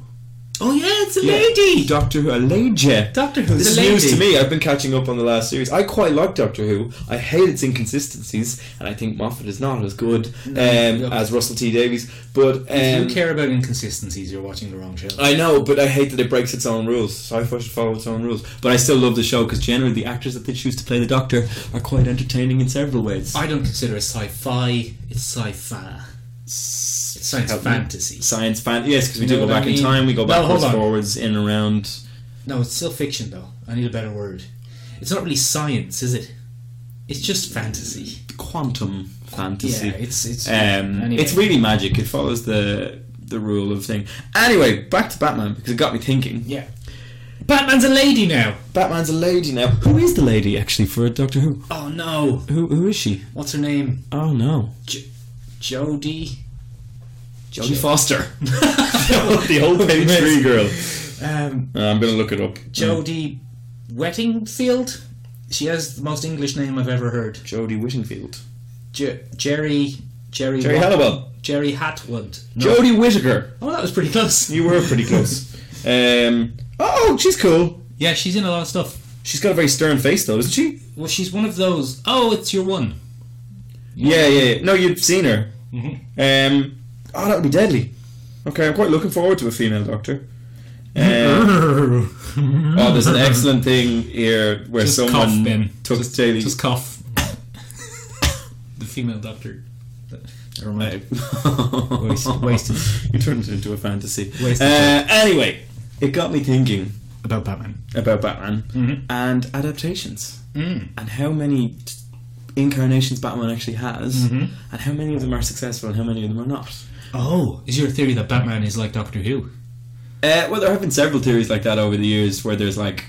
[SPEAKER 1] oh yeah, it's a
[SPEAKER 2] Yeah.
[SPEAKER 1] lady.
[SPEAKER 2] Doctor Who, a lady.
[SPEAKER 1] Doctor Who,
[SPEAKER 2] This
[SPEAKER 1] the
[SPEAKER 2] is
[SPEAKER 1] lady.
[SPEAKER 2] news to me. I've been catching up on the last series. I quite like Doctor Who. I hate its inconsistencies, and I think Moffat is not as good um,
[SPEAKER 1] look.
[SPEAKER 2] as Russell T Davies. But
[SPEAKER 1] If
[SPEAKER 2] um,
[SPEAKER 1] you care about inconsistencies, you're watching the wrong show.
[SPEAKER 2] I know, but I hate that it breaks its own rules. Sci-fi should follow its own rules. But I still love the show because generally the actors that they choose to play the Doctor are quite entertaining in several ways.
[SPEAKER 1] I don't consider it sci-fi. It's sci-fi. It's science
[SPEAKER 2] Help me.
[SPEAKER 1] fantasy.
[SPEAKER 2] Science fan, yes, because we
[SPEAKER 1] You
[SPEAKER 2] do
[SPEAKER 1] know
[SPEAKER 2] go
[SPEAKER 1] what I
[SPEAKER 2] back in
[SPEAKER 1] mean?
[SPEAKER 2] time, we go
[SPEAKER 1] Well, hold
[SPEAKER 2] backwards,
[SPEAKER 1] on.
[SPEAKER 2] forwards, in and around.
[SPEAKER 1] No, it's still fiction though. I need a better word. It's not really science, is it? It's just fantasy.
[SPEAKER 2] quantum fantasy.
[SPEAKER 1] Yeah, it's- it's-
[SPEAKER 2] um,
[SPEAKER 1] anyway.
[SPEAKER 2] it's really magic. It follows the the rule of thing. Anyway, back to Batman because it got me thinking.
[SPEAKER 1] Yeah. Batman's a lady now.
[SPEAKER 2] Batman's a lady now. Who is the lady actually for Doctor Who?
[SPEAKER 1] Oh no.
[SPEAKER 2] Who who is she?
[SPEAKER 1] What's her name?
[SPEAKER 2] Oh no,
[SPEAKER 1] J- Jodie.
[SPEAKER 2] Jodie Foster, the old page three girl.
[SPEAKER 1] Um,
[SPEAKER 2] Uh, I'm gonna look it up. Mm.
[SPEAKER 1] Jodie Wettingfield. She has the most English name I've ever heard.
[SPEAKER 2] Jodie Whittingfield.
[SPEAKER 1] J- Jerry. Jerry.
[SPEAKER 2] Jerry
[SPEAKER 1] Wat-
[SPEAKER 2] Halliwell.
[SPEAKER 1] Jerry Hatwood. No.
[SPEAKER 2] Jodie Whittaker.
[SPEAKER 1] oh, that was pretty close.
[SPEAKER 2] You were pretty close. um, oh, she's cool.
[SPEAKER 1] Yeah, she's in a lot of stuff.
[SPEAKER 2] She's got a very stern face though, isn't she?
[SPEAKER 1] Well, she's one of those. Oh, it's your one.
[SPEAKER 2] Yeah, yeah, yeah. No, you've seen her.
[SPEAKER 1] Mhm.
[SPEAKER 2] Um, oh, that would be deadly. Okay, I'm quite looking forward to a female doctor. Um, oh, there's an excellent thing here where
[SPEAKER 1] Just
[SPEAKER 2] someone
[SPEAKER 1] cough, Ben.
[SPEAKER 2] took daily.
[SPEAKER 1] Just cough. the female doctor. Never mind. Wasted- wasted.
[SPEAKER 2] You turned it into a fantasy.
[SPEAKER 1] Wasted
[SPEAKER 2] Uh, anyway, it got me thinking
[SPEAKER 1] About Batman.
[SPEAKER 2] about Batman
[SPEAKER 1] Mhm.
[SPEAKER 2] and adaptations
[SPEAKER 1] Mm.
[SPEAKER 2] and how many t- incarnations Batman actually has, and how many of them are successful and how many of them are not.
[SPEAKER 1] Oh, is your theory that Batman is like Doctor Who?
[SPEAKER 2] Uh, well, there have been several theories like that over the years, where there's like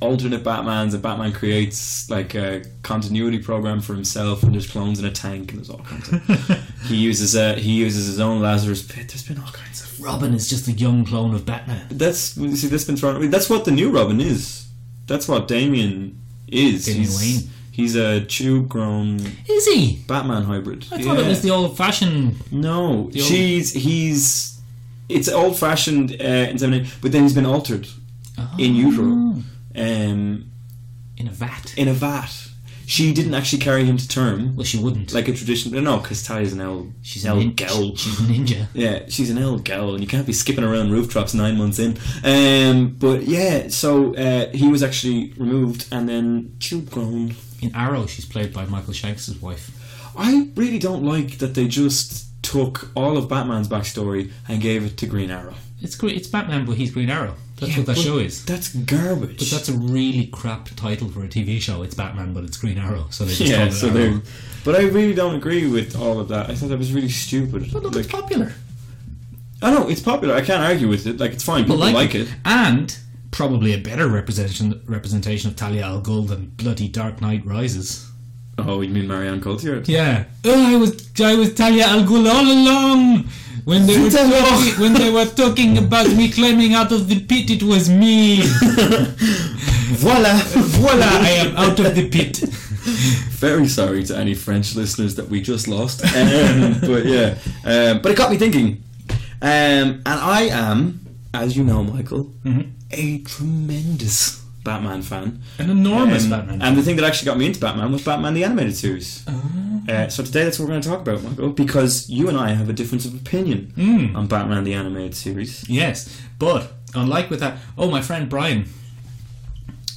[SPEAKER 2] alternate Batmans, and Batman creates like a continuity program for himself, and there's clones in a tank, and there's all kinds of. he uses uh, he uses his own Lazarus pit. There's been all kinds of.
[SPEAKER 1] Robin is just a young clone of Batman.
[SPEAKER 2] That's you see, that's been thrown. That's what the new Robin is. That's what Damien is.
[SPEAKER 1] Damian
[SPEAKER 2] he's,
[SPEAKER 1] Wayne.
[SPEAKER 2] He's a tube-grown
[SPEAKER 1] Is he?
[SPEAKER 2] Batman hybrid.
[SPEAKER 1] I thought it
[SPEAKER 2] Yeah.
[SPEAKER 1] was the old-fashioned.
[SPEAKER 2] No,
[SPEAKER 1] old-
[SPEAKER 2] she's he's it's old fashioned uh, in some way, but then he's been altered in
[SPEAKER 1] Ah.
[SPEAKER 2] utero, um,
[SPEAKER 1] oh, in a vat.
[SPEAKER 2] in a vat. She didn't actually carry him to term
[SPEAKER 1] well, she wouldn't.
[SPEAKER 2] like a traditional. No, because Tally's an old
[SPEAKER 1] she's
[SPEAKER 2] old
[SPEAKER 1] an
[SPEAKER 2] gal.
[SPEAKER 1] nin- She's a ninja.
[SPEAKER 2] Yeah, she's an old gal, and you can't be skipping around rooftops nine months in. Um, but yeah, so uh, he was actually removed and then tube grown.
[SPEAKER 1] In Arrow, she's played by Michael Shanks' wife.
[SPEAKER 2] I really don't like that they just took all of Batman's backstory and gave it to Green Arrow.
[SPEAKER 1] It's Gre- it's Batman, but he's Green Arrow. That's
[SPEAKER 2] Yeah,
[SPEAKER 1] what that
[SPEAKER 2] but
[SPEAKER 1] show is.
[SPEAKER 2] That's garbage.
[SPEAKER 1] But that's a really crap title for a TV show. It's Batman, but it's Green Arrow. So they just
[SPEAKER 2] yeah,
[SPEAKER 1] called it
[SPEAKER 2] so
[SPEAKER 1] Arrow.
[SPEAKER 2] there. But I really don't agree with all of that. I thought that was really stupid.
[SPEAKER 1] But look,
[SPEAKER 2] Like,
[SPEAKER 1] it's popular.
[SPEAKER 2] I know it's popular. I can't argue with it. Like it's fine. People like, it.
[SPEAKER 1] and probably a better representation representation of Talia al Ghul than bloody Dark Knight Rises.
[SPEAKER 2] Oh, you mean Marianne Cotillard?
[SPEAKER 1] Yeah, oh, I was I was Talia al Ghul all along. When they were talking, when they were talking about me climbing out of the pit, it was me.
[SPEAKER 2] Voila.
[SPEAKER 1] Voila, I am out of the pit.
[SPEAKER 2] Very sorry to any French listeners that we just lost. Um, but yeah, um, but it got me thinking. Um, and I am, as you know, Michael,
[SPEAKER 1] Mm-hmm.
[SPEAKER 2] a tremendous Batman fan.
[SPEAKER 1] An enormous
[SPEAKER 2] Um,
[SPEAKER 1] Batman.
[SPEAKER 2] And the thing that actually got me into Batman was Batman the Animated Series. Uh, so today that's what we're going to talk about, Michael, because you and I have a difference of opinion on Batman the Animated Series.
[SPEAKER 1] yes, but unlike with that, oh, my friend Brian,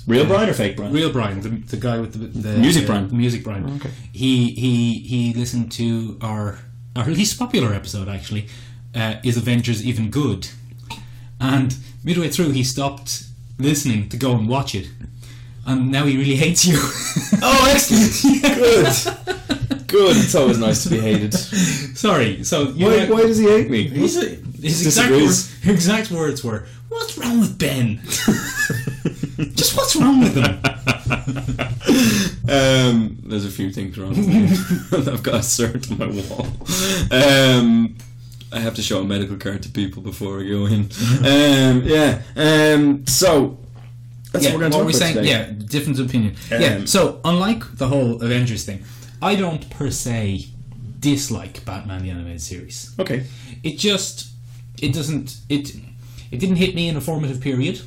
[SPEAKER 2] Real Brian or fake Brian?
[SPEAKER 1] real Brian, the, the guy with the, the
[SPEAKER 2] Music
[SPEAKER 1] uh,
[SPEAKER 2] Brian.
[SPEAKER 1] music Brian.
[SPEAKER 2] Okay.
[SPEAKER 1] He he he listened to our our least popular episode actually. Uh, is Avengers even good? And midway through, he stopped listening to go and watch it, and now he really hates you.
[SPEAKER 2] Oh, excellent! Good. Good. It's always nice to be hated.
[SPEAKER 1] Sorry. So you
[SPEAKER 2] Why,
[SPEAKER 1] know-
[SPEAKER 2] why does he hate me?
[SPEAKER 1] His, his exact,
[SPEAKER 2] Disagrees.
[SPEAKER 1] wor- exact words were, "What's wrong with Ben? Just what's wrong with him?"
[SPEAKER 2] Um, there's a few things wrong. with me. I've got a cert on my wall. Um, I have to show a medical card to people before I go in. Um, yeah. Um, so that's
[SPEAKER 1] yeah,
[SPEAKER 2] what we're going to
[SPEAKER 1] what we're
[SPEAKER 2] talk about
[SPEAKER 1] saying,
[SPEAKER 2] today.
[SPEAKER 1] yeah, difference of opinion. yeah.
[SPEAKER 2] Um,
[SPEAKER 1] So unlike the whole Avengers thing, I don't per se dislike Batman the animated series.
[SPEAKER 2] Okay.
[SPEAKER 1] It just it doesn't it it didn't hit me in a formative period.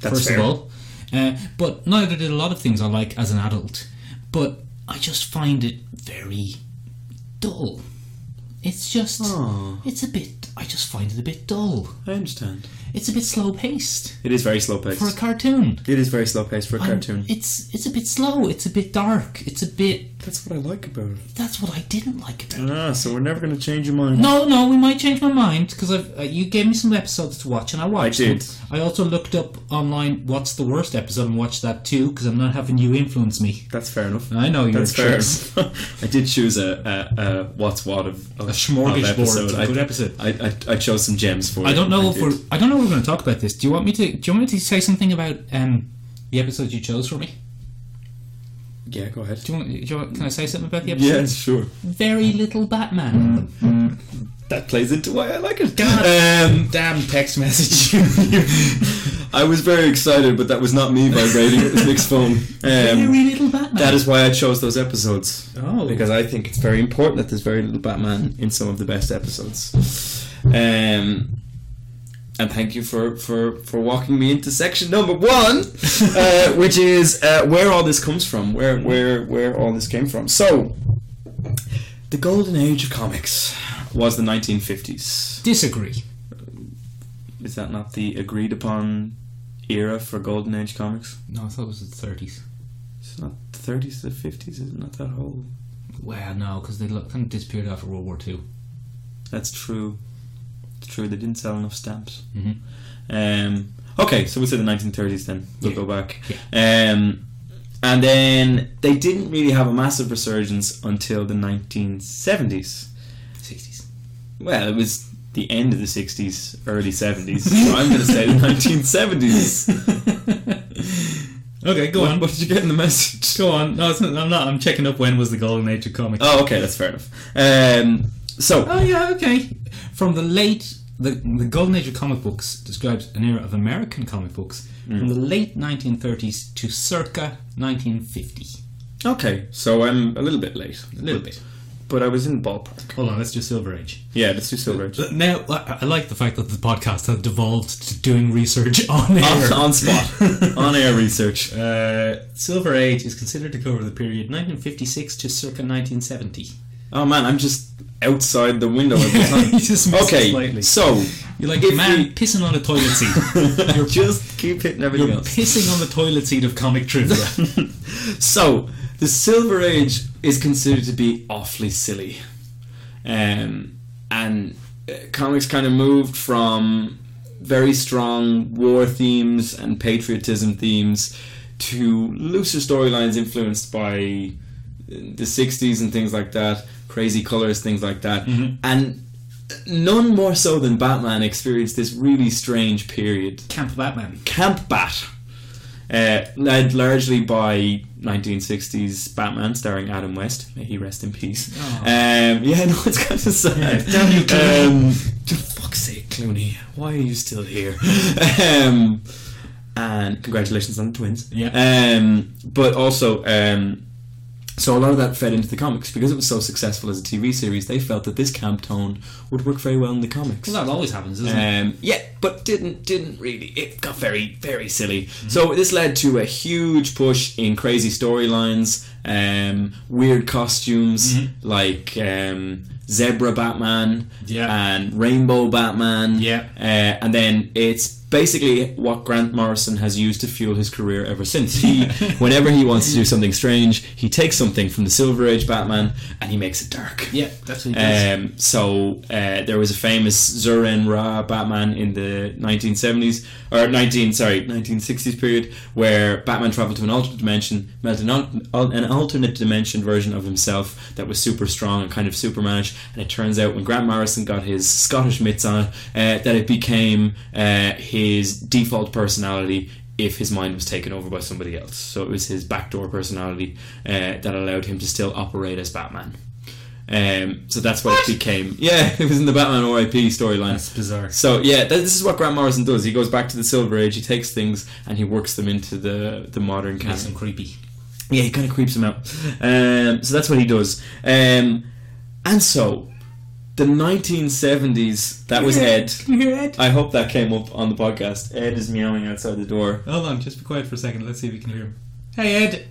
[SPEAKER 2] That's
[SPEAKER 1] first
[SPEAKER 2] fair.
[SPEAKER 1] of all, uh, but neither did a lot of things I like as an adult. But I just find it very dull. It's just
[SPEAKER 2] Aw.
[SPEAKER 1] it's a bit. I just find it a bit dull.
[SPEAKER 2] I understand.
[SPEAKER 1] It's a bit slow paced
[SPEAKER 2] It is very slow
[SPEAKER 1] for a e-
[SPEAKER 2] paced.
[SPEAKER 1] cartoon.
[SPEAKER 2] It is very slow paced for a
[SPEAKER 1] I'm-
[SPEAKER 2] cartoon.
[SPEAKER 1] It's it's a bit slow. It's a bit dark. It's a bit.
[SPEAKER 2] That's what I like about it.
[SPEAKER 1] That's what I didn't like about. it.
[SPEAKER 2] Ah, so we're never going to change your mind.
[SPEAKER 1] No, no, we might change my mind because uh, you gave me some episodes to watch and I watched.
[SPEAKER 2] did.
[SPEAKER 1] them. I also looked up online what's the worst episode and watched that too because I'm not having you influence me.
[SPEAKER 2] That's fair enough.
[SPEAKER 1] I know you're
[SPEAKER 2] That's
[SPEAKER 1] a
[SPEAKER 2] fair.
[SPEAKER 1] tricks.
[SPEAKER 2] I did choose a, a, a what's what of, of
[SPEAKER 1] A smorgasbord
[SPEAKER 2] of episode.
[SPEAKER 1] of
[SPEAKER 2] I,
[SPEAKER 1] good episode.
[SPEAKER 2] I, I, I chose some gems for.
[SPEAKER 1] I
[SPEAKER 2] you.
[SPEAKER 1] don't know if
[SPEAKER 2] did.
[SPEAKER 1] we're. I don't know if we're going to talk about this. Do you want me to? Do you want me to say something about um, the episode you chose for me?
[SPEAKER 2] Yeah, go ahead.
[SPEAKER 1] Do you want? Do you want can I say something about the episode?
[SPEAKER 2] Yeah, sure.
[SPEAKER 1] Very little Batman.
[SPEAKER 2] That plays into why I like it.
[SPEAKER 1] God.
[SPEAKER 2] Um,
[SPEAKER 1] Damn text message.
[SPEAKER 2] I was very excited, but that was not me vibrating. It was Nick's phone.
[SPEAKER 1] Very
[SPEAKER 2] Um,
[SPEAKER 1] little Batman.
[SPEAKER 2] that is why I chose those episodes.
[SPEAKER 1] Oh.
[SPEAKER 2] because I think it's very important that there's very little Batman in some of the best episodes. Um, and thank you for, for, for walking me into section number one, uh, which is uh, where all this comes from, where where where all this came from. So, the golden age of comics was the 1950s.
[SPEAKER 1] disagree.
[SPEAKER 2] Is that not the agreed upon era for golden age comics?
[SPEAKER 1] No, I thought it was the 30s.
[SPEAKER 2] It's not the 30s to the 50s, isn't that that whole?
[SPEAKER 1] Well, no, because they look, kind of disappeared after World War Two.
[SPEAKER 2] That's true. It's true. They didn't sell enough stamps.
[SPEAKER 1] Mhm.
[SPEAKER 2] Um, okay, so we said the 1930s then. We'll
[SPEAKER 1] Yeah.
[SPEAKER 2] go back. Um, and then they didn't really have a massive resurgence until the 1970s.
[SPEAKER 1] 60s.
[SPEAKER 2] Well, it was the end of the 60s, early 70s. so I'm going to say the 1970s.
[SPEAKER 1] Okay, go
[SPEAKER 2] what, what did you get in the message?
[SPEAKER 1] Go on. No, it's not, I'm not. I'm checking up when was the golden age of comics.
[SPEAKER 2] Oh, okay, that's fair enough. Um, so,
[SPEAKER 1] Oh yeah, okay. From the late the, the golden age of comic books describes an era of American comic books
[SPEAKER 2] Mm.
[SPEAKER 1] from the late 1930s to circa 1950.
[SPEAKER 2] okay, so I'm a little bit late.
[SPEAKER 1] A little bit.
[SPEAKER 2] But I was in the ballpark.
[SPEAKER 1] Hold on, let's do Silver Age.
[SPEAKER 2] Yeah, let's do Silver Age.
[SPEAKER 1] Now, I I like the fact that the podcast has devolved to doing research on air.
[SPEAKER 2] on, on spot, on air research.
[SPEAKER 1] Uh, Silver Age is considered to cover the period 1956 to circa 1970.
[SPEAKER 2] Oh man, I'm just outside the window at the time.
[SPEAKER 1] You just missed
[SPEAKER 2] okay,
[SPEAKER 1] it slightly.
[SPEAKER 2] so
[SPEAKER 1] You're like,
[SPEAKER 2] If
[SPEAKER 1] man,
[SPEAKER 2] we-
[SPEAKER 1] pissing on a toilet seat. You're
[SPEAKER 2] just keep hitting everything
[SPEAKER 1] You're
[SPEAKER 2] else.
[SPEAKER 1] pissing on the toilet seat of comic trivia.
[SPEAKER 2] So the Silver Age is considered to be awfully silly, um, and uh, comics kind of moved from very strong war themes and patriotism themes to looser storylines influenced by uh, the 60s and things like that, crazy colors, things like that. And none more so than Batman experienced this really strange period.
[SPEAKER 1] Camp Batman.
[SPEAKER 2] Camp Bat, uh, led largely by 1960s Batman starring Adam West. May he rest in peace.
[SPEAKER 1] Oh.
[SPEAKER 2] Um, yeah, no, it's kind of sad.
[SPEAKER 1] Yeah, damn you, Clooney.
[SPEAKER 2] Um, for fuck's sake, Clooney, why are you still here? um, and congratulations on the twins.
[SPEAKER 1] Yeah.
[SPEAKER 2] Um, but also, um, So a lot of that fed into the comics because it was so successful as a TV series. They felt that this camp tone would work very well in the comics.
[SPEAKER 1] Well, that always happens, doesn't it?
[SPEAKER 2] Um, yeah, but didn't didn't really. It got very very silly. So this led to a huge push in crazy storylines, um, weird costumes
[SPEAKER 1] Mm-hmm.
[SPEAKER 2] like um, zebra Batman,
[SPEAKER 1] Yeah.
[SPEAKER 2] and rainbow Batman,
[SPEAKER 1] Yeah.
[SPEAKER 2] uh, and then it's basically what Grant Morrison has used to fuel his career ever since. He, whenever he wants to do something strange, he takes something from the Silver Age Batman and he makes it dark.
[SPEAKER 1] Yeah, that's what he does.
[SPEAKER 2] Um, so uh, there was a famous Zurin Ra Batman in the 1970s or 19 sorry 1960s period where Batman traveled to an alternate dimension, met an, al- al- an alternate dimension version of himself that was super strong and kind of supermanish. And it turns out when Grant Morrison got his Scottish mitts on it, uh, that it became uh, his default personality. If his mind was taken over by somebody else, so it was his backdoor personality uh, that allowed him to still operate as Batman. Um, so that's what, it became. Yeah, it was in the Batman RIP storyline.
[SPEAKER 1] That's bizarre.
[SPEAKER 2] So yeah, th- this is what Grant Morrison does. He goes back to the Silver Age. He takes things and he works them into the the modern canon.
[SPEAKER 1] Nice and creepy.
[SPEAKER 2] Yeah, he kind of creeps him out. Um, so that's what he does. Um, and so the 1970s. That was Ed. I hope that came up on the podcast. Ed is meowing outside the door.
[SPEAKER 1] Hold on, just be quiet for a second. Let's see if you can hear him. Hey, Ed.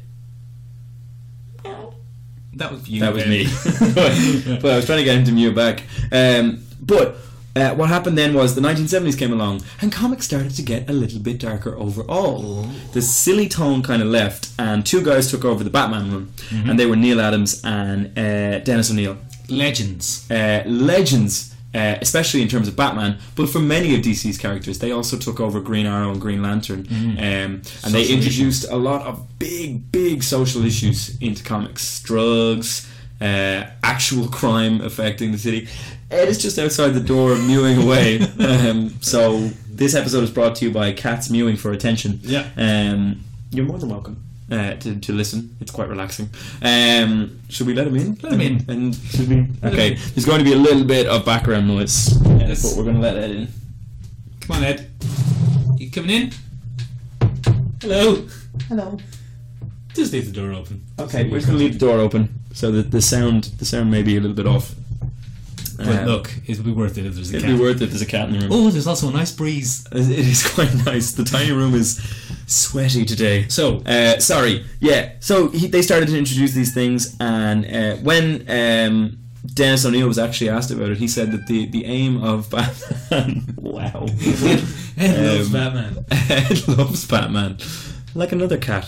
[SPEAKER 1] That was you.
[SPEAKER 2] That was
[SPEAKER 1] Ed.
[SPEAKER 2] me. but, but I was trying to get him to mew back. Um, but uh, what happened then was the 1970s came along and comics started to get a little bit darker overall. The silly tone kind of left, and two guys took over the Batman run, and they were Neil Adams and uh, Dennis O'Neill
[SPEAKER 1] Legends.
[SPEAKER 2] uh, legends, uh, especially in terms of Batman, but for many of DC's characters, they also took over Green Arrow and Green Lantern, um, and they
[SPEAKER 1] Mm. Social
[SPEAKER 2] introduced a lot of big, big social issues into comics: drugs, uh, actual crime affecting the city. Ed is just outside the door mewing away. um, so this episode is brought to you by Cats Mewing for Attention.
[SPEAKER 1] Yeah.
[SPEAKER 2] um, you're more than welcome. Uh, to, to listen, it's quite relaxing. Um, should we let him in? Let
[SPEAKER 1] him in.
[SPEAKER 2] And should we? Okay, there's going to be a little bit of background noise, uh,
[SPEAKER 1] Yes.
[SPEAKER 2] but we're going to let that in.
[SPEAKER 1] Come on, Ed. You coming in? Hello. Hello. Just leave the door open.
[SPEAKER 2] Okay, we're just going to leave the door open so that the sound the sound may be a little bit off.
[SPEAKER 1] But
[SPEAKER 2] Uh,
[SPEAKER 1] look, it'll be worth it if there's a
[SPEAKER 2] it'd
[SPEAKER 1] cat.
[SPEAKER 2] be worth it. There's a cat Oh. in the room.
[SPEAKER 1] oh, there's also a nice breeze.
[SPEAKER 2] It it is quite nice. The tiny room is sweaty today.
[SPEAKER 1] So-
[SPEAKER 2] uh, sorry. Yeah. So he, they started to introduce these things, and uh, when um, Dennis O'Neill was actually asked about it, he said that the, the aim of Batman. wow.
[SPEAKER 1] Ed loves
[SPEAKER 2] Um,
[SPEAKER 1] Batman.
[SPEAKER 2] Ed loves Batman, like another cat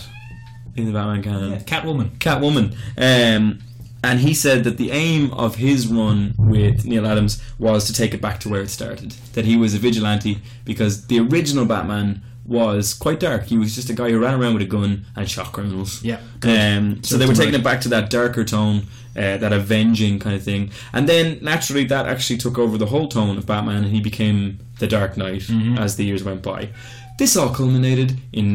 [SPEAKER 2] in the Batman canon.
[SPEAKER 1] Catwoman.
[SPEAKER 2] Catwoman. Um, and he said that the aim of his run with Neil Adams was to take it back to where it started. That he was a vigilante because the original Batman was quite dark. He was just a guy who ran around with a gun and shot criminals.
[SPEAKER 1] Yeah, good.
[SPEAKER 2] Um, so they were
[SPEAKER 1] Served him
[SPEAKER 2] taking
[SPEAKER 1] right.
[SPEAKER 2] it back to that darker tone, uh, that avenging kind of thing. And then naturally, that actually took over the whole tone of Batman, and he became the Dark Knight
[SPEAKER 1] Mm-hmm.
[SPEAKER 2] as the years went by. This all culminated in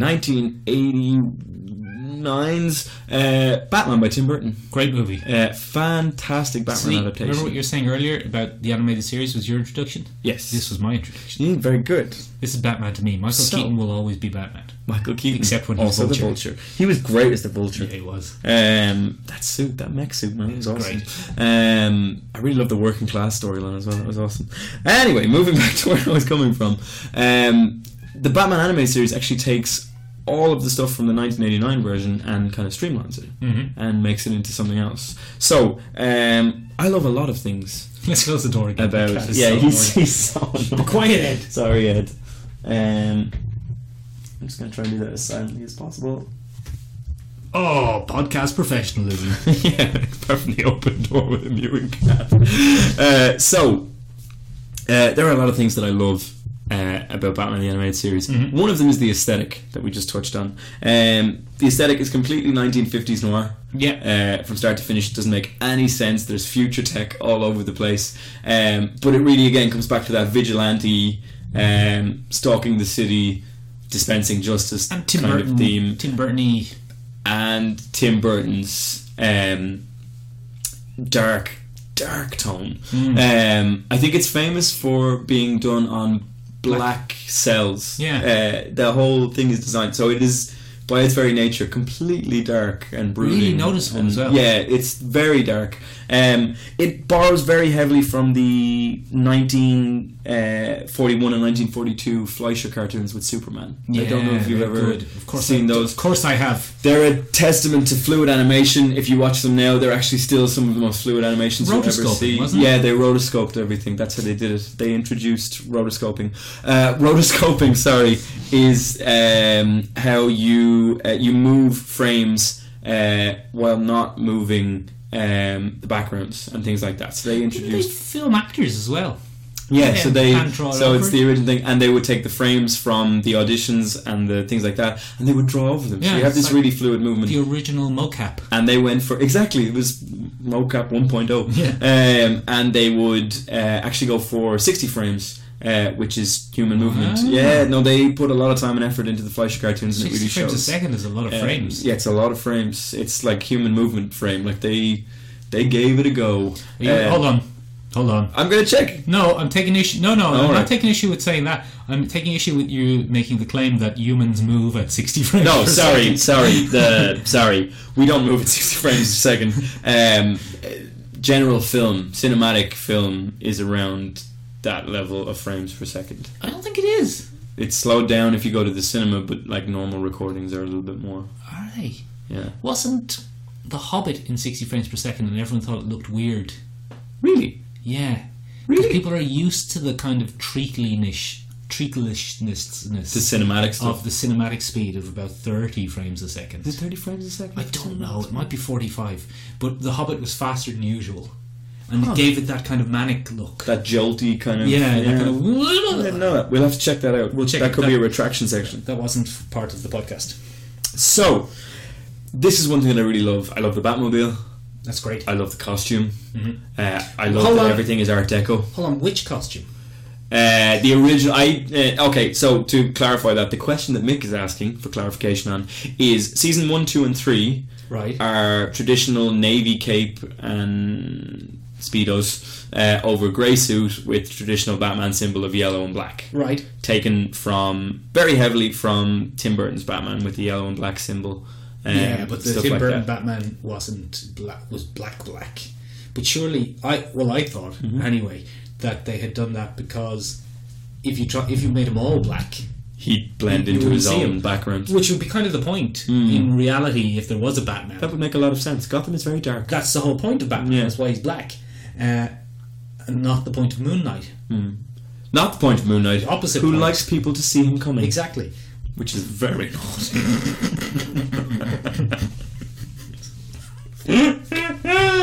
[SPEAKER 2] 1989's uh, Batman by Tim Burton.
[SPEAKER 1] Great movie.
[SPEAKER 2] Uh, fantastic Batman
[SPEAKER 1] See,
[SPEAKER 2] adaptation.
[SPEAKER 1] remember what you were saying earlier about the animated series was your introduction?
[SPEAKER 2] yes,
[SPEAKER 1] This was my introduction.
[SPEAKER 2] Mm, very good.
[SPEAKER 1] This is Batman to me. Michael
[SPEAKER 2] So-
[SPEAKER 1] Keaton will always be Batman.
[SPEAKER 2] Michael Keaton,
[SPEAKER 1] Except when he was
[SPEAKER 2] also the
[SPEAKER 1] Vulture.
[SPEAKER 2] vulture. He was great as the vulture.
[SPEAKER 1] It was.
[SPEAKER 2] Um, that suit, that mech suit, man, it was awesome. Um, I really love the working class storyline as well. That was awesome. Anyway, moving back to where I was coming from, um, the Batman anime series actually takes all of the stuff from the 1989 version and kind of streamlines it
[SPEAKER 1] Mm-hmm.
[SPEAKER 2] and makes it into something else. So um, I love a lot of things
[SPEAKER 1] Let's close the door again.
[SPEAKER 2] about.
[SPEAKER 1] The cat is
[SPEAKER 2] yeah,
[SPEAKER 1] so
[SPEAKER 2] he's,
[SPEAKER 1] annoying.
[SPEAKER 2] he's so annoying.
[SPEAKER 1] Quiet, Ed.
[SPEAKER 2] Sorry, Ed. Um, I'm just going to try and do that as silently as possible.
[SPEAKER 1] Oh, podcast professionalism.
[SPEAKER 2] yeah, perfectly open door with a mewing cat. Uh, so, uh, there are a lot of things that I love uh, about Batman the Animated Series.
[SPEAKER 1] Mm-hmm.
[SPEAKER 2] One of them is the aesthetic that we just touched on. Um, the aesthetic is completely 1950s noir.
[SPEAKER 1] Yeah.
[SPEAKER 2] Uh, from start to finish, it doesn't make any sense. There's future tech all over the place. Um, but it really, again, comes back to that vigilante um, stalking the city, dispensing justice
[SPEAKER 1] and Tim
[SPEAKER 2] kind
[SPEAKER 1] Burton.
[SPEAKER 2] of theme
[SPEAKER 1] Tim Burton
[SPEAKER 2] and Tim Burton's um, dark, dark tone.
[SPEAKER 1] Hmm.
[SPEAKER 2] Um, I think it's famous for being done on black cells.
[SPEAKER 1] Yeah.
[SPEAKER 2] Uh, the whole thing is designed so it is by its very nature, completely dark and brooding.
[SPEAKER 1] Really noticeable
[SPEAKER 2] and-
[SPEAKER 1] as well.
[SPEAKER 2] Yeah, it's very dark. Um, it borrows very heavily from the 1941 and 1942 Fleischer cartoons with Superman. I don't know if you've
[SPEAKER 1] they're
[SPEAKER 2] ever
[SPEAKER 1] good. Of course
[SPEAKER 2] seen
[SPEAKER 1] I,
[SPEAKER 2] those.
[SPEAKER 1] Of course I have.
[SPEAKER 2] They're a testament to fluid animation. If you watch them now, they're actually still some of the most fluid animations you'll ever
[SPEAKER 1] Rotoscoping,
[SPEAKER 2] see.
[SPEAKER 1] wasn't it?
[SPEAKER 2] Yeah, they rotoscoped everything. That's how they did it. They introduced rotoscoping. Uh, rotoscoping, sorry, is um, how you uh, you move frames uh, while not moving um, the backgrounds and things like that. So they
[SPEAKER 1] Didn't they
[SPEAKER 2] introduced
[SPEAKER 1] film actors as well?
[SPEAKER 2] yeah,
[SPEAKER 1] Yeah,
[SPEAKER 2] so they
[SPEAKER 1] hand draw it
[SPEAKER 2] so it's
[SPEAKER 1] over.
[SPEAKER 2] the original thing, and they would take the frames from the auditions and the things like that, and they would draw over them. so
[SPEAKER 1] Yeah,
[SPEAKER 2] you have
[SPEAKER 1] it's
[SPEAKER 2] this
[SPEAKER 1] like
[SPEAKER 2] really fluid movement,
[SPEAKER 1] The original mocap.
[SPEAKER 2] and they went for exactly it was mocap 1.0,
[SPEAKER 1] Yeah.
[SPEAKER 2] um, and they would uh, actually go for 60 frames. Uh, which is human movement.
[SPEAKER 1] Wow.
[SPEAKER 2] Yeah, no, they put a lot of time and effort into the Fleischer cartoons,
[SPEAKER 1] 60
[SPEAKER 2] and it really
[SPEAKER 1] frames
[SPEAKER 2] shows.
[SPEAKER 1] a second is a lot of
[SPEAKER 2] Um,
[SPEAKER 1] frames.
[SPEAKER 2] Yeah, it's a lot of frames. It's like human movement frame. Like they, they gave it a go.
[SPEAKER 1] Are you-
[SPEAKER 2] Uh,
[SPEAKER 1] hold on. Hold on.
[SPEAKER 2] I'm gonna check.
[SPEAKER 1] No, I'm taking issue. No, no, I'm
[SPEAKER 2] right.
[SPEAKER 1] not taking issue with saying that. I'm taking issue with you making the claim that humans move at 60 frames.
[SPEAKER 2] No,
[SPEAKER 1] per
[SPEAKER 2] sorry,
[SPEAKER 1] second.
[SPEAKER 2] sorry, the sorry. We don't move at sixty frames a second. Um, uh, general film, cinematic film, is around that level of frames per second.
[SPEAKER 1] I don't think it is.
[SPEAKER 2] It's slowed down if you go to the cinema, but like normal recordings are a little bit more.
[SPEAKER 1] Are they?
[SPEAKER 2] Yeah,
[SPEAKER 1] Wasn't The Hobbit in 60 frames per second and everyone thought it looked weird?
[SPEAKER 2] really,
[SPEAKER 1] Yeah. 'Cause
[SPEAKER 2] really.
[SPEAKER 1] People are used to the kind of treacliness,
[SPEAKER 2] The
[SPEAKER 1] treaclishness
[SPEAKER 2] cinematic stuff.
[SPEAKER 1] of the cinematic speed of about 30 frames a second.
[SPEAKER 2] Is it thirty frames a second?
[SPEAKER 1] I don't know. It might be 45. But The Hobbit was faster than usual. And it gave it that kind of manic look.
[SPEAKER 2] Oh. That jolty kind of.
[SPEAKER 1] yeah, that kind
[SPEAKER 2] I didn't
[SPEAKER 1] of.
[SPEAKER 2] know that. We'll have to check that out. We'll
[SPEAKER 1] check
[SPEAKER 2] that
[SPEAKER 1] it-
[SPEAKER 2] could be
[SPEAKER 1] that-
[SPEAKER 2] a retraction section.
[SPEAKER 1] That wasn't f- part of the podcast.
[SPEAKER 2] So, this is one thing that I really love. I love the Batmobile.
[SPEAKER 1] That's great.
[SPEAKER 2] I love the costume.
[SPEAKER 1] Mm-hmm.
[SPEAKER 2] Uh, I love
[SPEAKER 1] Hold
[SPEAKER 2] that
[SPEAKER 1] on.
[SPEAKER 2] everything is Art Deco.
[SPEAKER 1] Hold on, which costume?
[SPEAKER 2] Uh, the original. I uh, okay. So to clarify that, the question that Mick is asking for clarification on is season one, two, and three
[SPEAKER 1] Right.
[SPEAKER 2] are traditional navy cape and speedos uh, over grey suit with traditional Batman symbol of yellow and black.
[SPEAKER 1] Right.
[SPEAKER 2] Taken from very heavily from Tim Burton's Batman with the yellow and black symbol. Uh,
[SPEAKER 1] Yeah, but the
[SPEAKER 2] stuff
[SPEAKER 1] Tim
[SPEAKER 2] like
[SPEAKER 1] Burton
[SPEAKER 2] that.
[SPEAKER 1] Batman wasn't black, was black black. But surely, I well, I thought
[SPEAKER 2] Mm-hmm.
[SPEAKER 1] anyway that they had done that because if you try, if you made them all black,
[SPEAKER 2] he'd blend
[SPEAKER 1] You
[SPEAKER 2] into
[SPEAKER 1] wouldn't
[SPEAKER 2] his
[SPEAKER 1] see
[SPEAKER 2] own
[SPEAKER 1] him.
[SPEAKER 2] background.
[SPEAKER 1] which would be kind of the point
[SPEAKER 2] Hmm.
[SPEAKER 1] in reality if there was a Batman.
[SPEAKER 2] That would make a lot of sense. Gotham is very dark.
[SPEAKER 1] That's the whole point of Batman.
[SPEAKER 2] Yeah.
[SPEAKER 1] That's why he's black, uh, and not the point of Moon Knight.
[SPEAKER 2] Not the point of Moon Knight.
[SPEAKER 1] The opposite
[SPEAKER 2] Who
[SPEAKER 1] point.
[SPEAKER 2] likes people to see him coming?
[SPEAKER 1] Exactly.
[SPEAKER 2] Which is very naughty.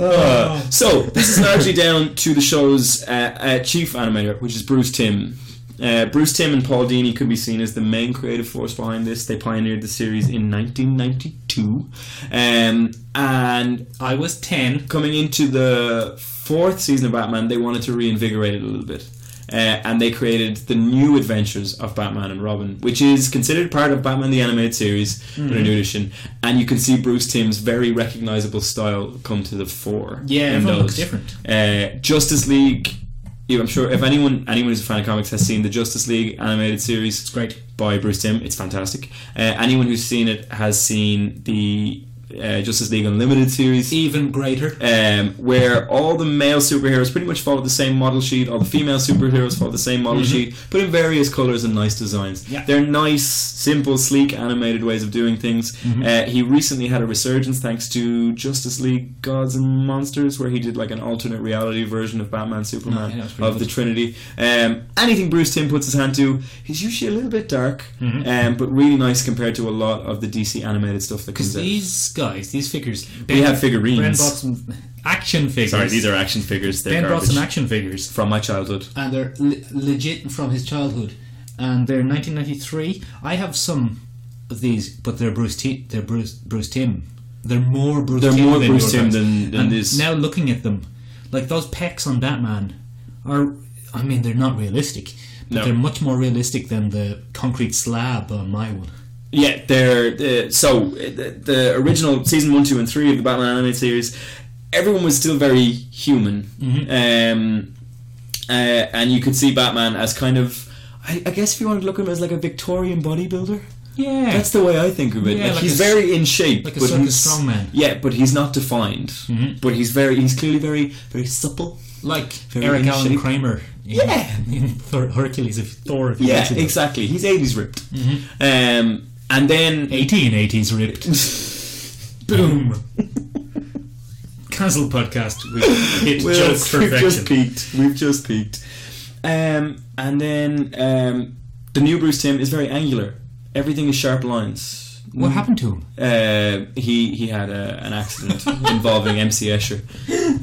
[SPEAKER 2] Uh, so this is largely down to the show's uh, uh, chief animator, which is Bruce Tim. Uh, Bruce Tim and Paul Dini could be seen as the main creative force behind this. They pioneered the series in 1992, um, and
[SPEAKER 1] I was ten.
[SPEAKER 2] coming into the fourth season of Batman, they wanted to reinvigorate it a little bit. Uh, and they created the new adventures of Batman and Robin, which is considered part of Batman the Animated Series in
[SPEAKER 1] Mm-hmm.
[SPEAKER 2] a new edition. And you can see Bruce Timm's very recognizable style come to the fore.
[SPEAKER 1] Yeah,
[SPEAKER 2] in
[SPEAKER 1] everyone looks
[SPEAKER 2] those.
[SPEAKER 1] different.
[SPEAKER 2] Uh, Justice League. You, I'm sure if anyone anyone who's a fan of comics has seen the Justice League animated series, it's
[SPEAKER 1] great.
[SPEAKER 2] by Bruce Timm. It's fantastic. Uh, anyone who's seen it has seen the uh, Justice League Unlimited series
[SPEAKER 1] Even greater.
[SPEAKER 2] um, where all the male superheroes pretty much follow the same model sheet, all the female superheroes follow the same model sheet, but in various colors and nice designs.
[SPEAKER 1] Mm-hmm. Yeah.
[SPEAKER 2] They're nice, simple, sleek, animated ways of doing things.
[SPEAKER 1] Mm-hmm.
[SPEAKER 2] Uh, he recently had a resurgence thanks to Justice League Gods and Monsters, where he did like an alternate reality version of Batman, Superman,
[SPEAKER 1] yeah, that was pretty
[SPEAKER 2] of the Trinity. Um, anything Bruce Tim puts his hand to, he's usually a little bit dark,
[SPEAKER 1] Mm-hmm.
[SPEAKER 2] um, but really nice compared to a lot of the DC animated stuff that comes out.
[SPEAKER 1] These guys, these figures.
[SPEAKER 2] We have figurines.
[SPEAKER 1] Ben bought some action figures.
[SPEAKER 2] Sorry, these are action figures. They're
[SPEAKER 1] Ben brought
[SPEAKER 2] garbage.
[SPEAKER 1] some action figures.
[SPEAKER 2] from my childhood.
[SPEAKER 1] and they're le- legit from his childhood, and they're 1993. I have some of these, but they're Bruce. T- they're Bruce. Bruce Tim. They're more Bruce.
[SPEAKER 2] They're
[SPEAKER 1] Timm
[SPEAKER 2] more
[SPEAKER 1] than
[SPEAKER 2] Bruce
[SPEAKER 1] your
[SPEAKER 2] Timm
[SPEAKER 1] guys.
[SPEAKER 2] than- than
[SPEAKER 1] And
[SPEAKER 2] this.
[SPEAKER 1] Now looking at them, like those pecs on Batman, are. I mean, they're not realistic. But
[SPEAKER 2] No.
[SPEAKER 1] They're much more realistic than the concrete slab on my one.
[SPEAKER 2] Yeah, they're uh, so uh, the, the original season one, two, and three of the Batman animated series. Everyone was still very human,
[SPEAKER 1] Mm-hmm.
[SPEAKER 2] um, uh, and you could see Batman as kind of. I, I guess if you wanted to look at him as like a Victorian bodybuilder.
[SPEAKER 1] Yeah.
[SPEAKER 2] That's the way I think of it.
[SPEAKER 1] Yeah,
[SPEAKER 2] like,
[SPEAKER 1] like
[SPEAKER 2] he's
[SPEAKER 1] a s-
[SPEAKER 2] very in shape,
[SPEAKER 1] like a
[SPEAKER 2] but
[SPEAKER 1] circus
[SPEAKER 2] he's
[SPEAKER 1] strongman.
[SPEAKER 2] Yeah, but he's not defined.
[SPEAKER 1] Mm-hmm.
[SPEAKER 2] But he's very. He's clearly very, very supple.
[SPEAKER 1] like
[SPEAKER 2] Very
[SPEAKER 1] Eric
[SPEAKER 2] in
[SPEAKER 1] Allen
[SPEAKER 2] shape.
[SPEAKER 1] Kramer. In,
[SPEAKER 2] Yeah.
[SPEAKER 1] In Thor- Hercules, if Thor. if
[SPEAKER 2] Yeah,
[SPEAKER 1] mentioned it.
[SPEAKER 2] exactly. He's eighties ripped.
[SPEAKER 1] Mm-hmm.
[SPEAKER 2] Um, and then
[SPEAKER 1] 1880s ripped. Boom. Cancel podcast. We hit
[SPEAKER 2] Well,
[SPEAKER 1] joke
[SPEAKER 2] we've just
[SPEAKER 1] perfection.
[SPEAKER 2] peaked. We've just peaked. Um, and then um, the new Bruce Tim is very angular. Everything is sharp lines.
[SPEAKER 1] What happened to him?
[SPEAKER 2] Uh, he he had a, an accident involving MC Escher,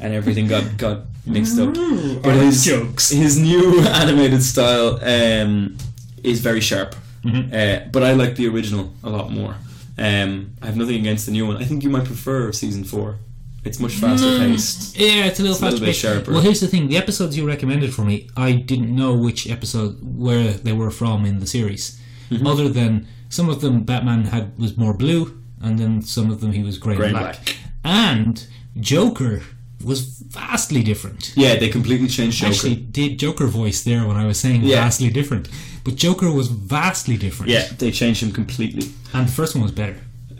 [SPEAKER 2] and everything got got mixed up. But his
[SPEAKER 1] Mm, jokes.
[SPEAKER 2] his new animated style um, is very sharp.
[SPEAKER 1] Mm-hmm.
[SPEAKER 2] Uh, but I like the original a lot more. Um, I have nothing against the new one. I think you might prefer season four. It's much faster
[SPEAKER 1] Mm.
[SPEAKER 2] paced.
[SPEAKER 1] Yeah, it's a little
[SPEAKER 2] a
[SPEAKER 1] fast
[SPEAKER 2] little bit
[SPEAKER 1] paced.
[SPEAKER 2] sharper.
[SPEAKER 1] Well, here's the thing: the episodes you recommended for me, I didn't know which episode where they were from in the series,
[SPEAKER 2] Mm-hmm.
[SPEAKER 1] other than some of them Batman had was more blue, and then some of them he was grey and
[SPEAKER 2] Grey and
[SPEAKER 1] black.
[SPEAKER 2] black.
[SPEAKER 1] and Joker was vastly different.
[SPEAKER 2] Yeah, they completely changed Joker.
[SPEAKER 1] Actually, did Joker voice there when I was saying
[SPEAKER 2] Yeah.
[SPEAKER 1] vastly different, but Joker was vastly different.
[SPEAKER 2] yeah, they changed him completely.
[SPEAKER 1] and the first one was better.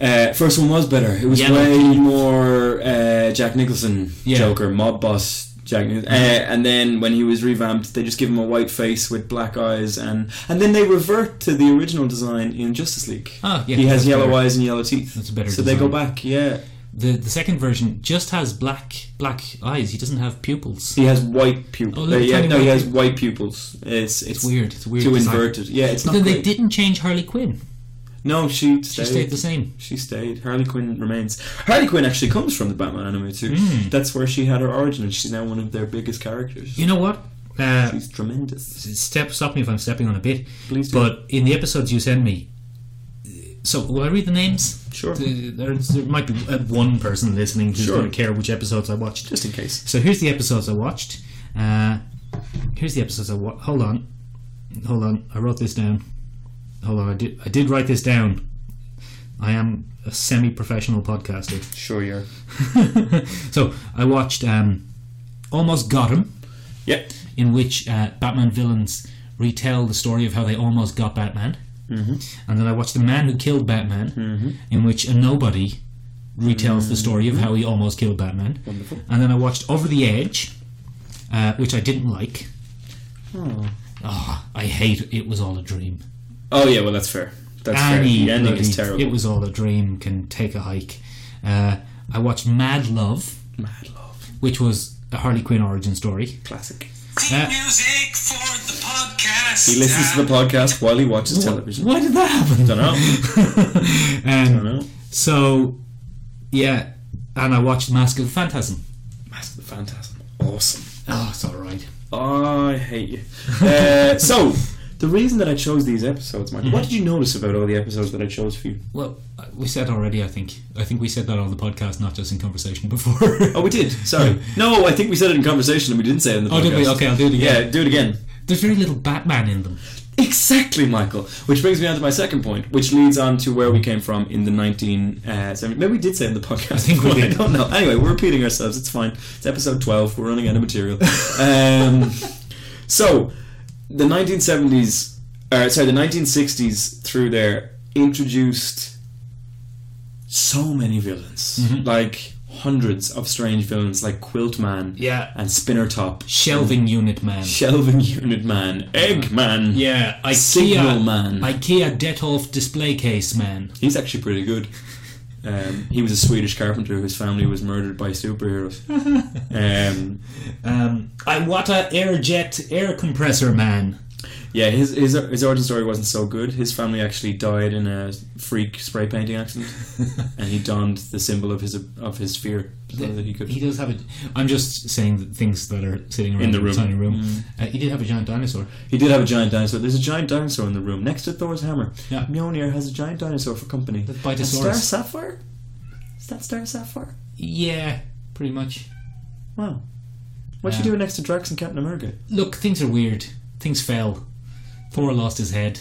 [SPEAKER 2] Uh, first one was better. It was
[SPEAKER 1] Yeah,
[SPEAKER 2] way more uh, Jack Nicholson
[SPEAKER 1] Yeah. Mm-hmm.
[SPEAKER 2] Joker, mob boss Jack. Nicholson. Uh, and then when he was revamped, they just give him a white face with black eyes, and and then they revert to the original design in Justice League.
[SPEAKER 1] Ah, yeah,
[SPEAKER 2] he
[SPEAKER 1] that's
[SPEAKER 2] has yellow
[SPEAKER 1] better.
[SPEAKER 2] eyes and yellow teeth.
[SPEAKER 1] That's a better
[SPEAKER 2] So they go
[SPEAKER 1] design.
[SPEAKER 2] back. Yeah,
[SPEAKER 1] The the second version just has black black eyes. He doesn't have pupils.
[SPEAKER 2] he has white pupils. Uh,
[SPEAKER 1] Oh, little
[SPEAKER 2] yeah,
[SPEAKER 1] tiny
[SPEAKER 2] no, he
[SPEAKER 1] white
[SPEAKER 2] has
[SPEAKER 1] pu-
[SPEAKER 2] white pupils. It's it's,
[SPEAKER 1] It's weird. It's a weird.
[SPEAKER 2] Too
[SPEAKER 1] design.
[SPEAKER 2] inverted. Yeah, it's
[SPEAKER 1] But
[SPEAKER 2] not.
[SPEAKER 1] then they
[SPEAKER 2] great.
[SPEAKER 1] didn't change Harley Quinn.
[SPEAKER 2] No, she
[SPEAKER 1] She stayed the same.
[SPEAKER 2] She stayed. Harley Quinn remains. Harley Quinn actually comes from the Batman anime too.
[SPEAKER 1] Hmm.
[SPEAKER 2] That's where she had her origin, and she's now one of their biggest characters.
[SPEAKER 1] You know what? Uh,
[SPEAKER 2] She's tremendous.
[SPEAKER 1] step. Stop me if I'm stepping on a bit.
[SPEAKER 2] Please do.
[SPEAKER 1] But in the episodes you send me, so will I read the names?
[SPEAKER 2] Sure.
[SPEAKER 1] The- There's, there might be uh, one person listening who's
[SPEAKER 2] Sure.
[SPEAKER 1] going to care which episodes I watched.
[SPEAKER 2] Just in case.
[SPEAKER 1] So here's the episodes I watched. Uh, here's the episodes I watched. Hold on, hold on. I wrote this down. Hold on. I did. I did write this down. I am a semi-professional podcaster.
[SPEAKER 2] Sure, you're.
[SPEAKER 1] so I watched um, Almost Got Him,
[SPEAKER 2] Yep.
[SPEAKER 1] in which uh, Batman villains retell the story of how they almost got Batman. Mm-hmm. And then I watched The Man Who Killed Batman,
[SPEAKER 2] Mm-hmm.
[SPEAKER 1] in which a nobody retells the story of how he almost killed Batman.
[SPEAKER 2] Mm-hmm. Wonderful.
[SPEAKER 1] And then I watched Over the Edge, uh, which I didn't like. Oh, I hate It Was All a Dream.
[SPEAKER 2] Oh yeah, well that's fair. That's
[SPEAKER 1] Annie,
[SPEAKER 2] fair. The ending is
[SPEAKER 1] bloody-
[SPEAKER 2] terrible.
[SPEAKER 1] It Was All a Dream can take a hike. Uh, I watched Mad Love,
[SPEAKER 2] Mad love.
[SPEAKER 1] which was a Harley Quinn origin story.
[SPEAKER 2] Classic.
[SPEAKER 1] Uh,
[SPEAKER 3] Theme music for the podcast.
[SPEAKER 2] He listens to the podcast while he watches television.
[SPEAKER 1] Why did that happen?
[SPEAKER 2] Don't know.
[SPEAKER 1] Um,
[SPEAKER 2] Don't know.
[SPEAKER 1] So, yeah, and I watched Mask of the Phantasm.
[SPEAKER 2] Mask of the Phantasm. Awesome. Oh,
[SPEAKER 1] Oh, it's all right.
[SPEAKER 2] I hate you. Uh, so, the reason that I chose these episodes, Michael,
[SPEAKER 1] Mm-hmm.
[SPEAKER 2] what did you notice about all the episodes that I chose for you?
[SPEAKER 1] Well, uh, we said already. I think. I think we said that on the podcast, not just in conversation before.
[SPEAKER 2] Oh, we did. Sorry. No, I think we said it in conversation and we didn't say it in the podcast.
[SPEAKER 1] Oh, did we? Okay, I'll do it again.
[SPEAKER 2] Yeah, do it again.
[SPEAKER 1] There's very little Batman in them.
[SPEAKER 2] Exactly, Michael. Which brings me on to my second point, which leads on to where we came from in the 1970s. Maybe we did say it in the podcast. I
[SPEAKER 1] think we
[SPEAKER 2] I
[SPEAKER 1] did.
[SPEAKER 2] don't know. Anyway, we're repeating ourselves. It's fine. It's episode 12. We're running out of material. Um, so, the 1970s, uh, sorry, the 1960s through there introduced so many villains.
[SPEAKER 1] Mm-hmm.
[SPEAKER 2] Like, hundreds of strange villains, like Quiltman
[SPEAKER 1] Yeah.
[SPEAKER 2] and Spinner Top.
[SPEAKER 1] Shelving unit man.
[SPEAKER 2] Shelving Unit Man,
[SPEAKER 1] Mm-hmm.
[SPEAKER 2] Eggman.
[SPEAKER 1] yeah, uh, IKEA
[SPEAKER 2] Signal man.
[SPEAKER 1] IKEA Detolf display case man.
[SPEAKER 2] He's actually pretty good. Um, he was a Swedish carpenter whose family was murdered by superheroes. um,
[SPEAKER 1] Um, Iwata air jet air compressor man.
[SPEAKER 2] yeah, his, his his origin story wasn't so good. His family actually died in a freak spray painting accident, and he donned the symbol of his of his fear so that Oh, he could.
[SPEAKER 1] He does have a. I'm just saying that things that are sitting around
[SPEAKER 2] In the room.
[SPEAKER 1] tiny room. Uh, he did have a giant dinosaur.
[SPEAKER 2] He did have a giant dinosaur. There's a giant dinosaur in the room next to Thor's hammer.
[SPEAKER 1] Yeah.
[SPEAKER 2] Mjolnir has a giant dinosaur for company.
[SPEAKER 1] The
[SPEAKER 2] And
[SPEAKER 1] Bitosaurus.
[SPEAKER 2] Star Sapphire. Is that Star Sapphire?
[SPEAKER 1] Yeah, pretty much.
[SPEAKER 2] Wow. What's she
[SPEAKER 1] Yeah.
[SPEAKER 2] doing next to Drax and Captain America?
[SPEAKER 1] Look, things are weird. Things fell. Thor lost his head.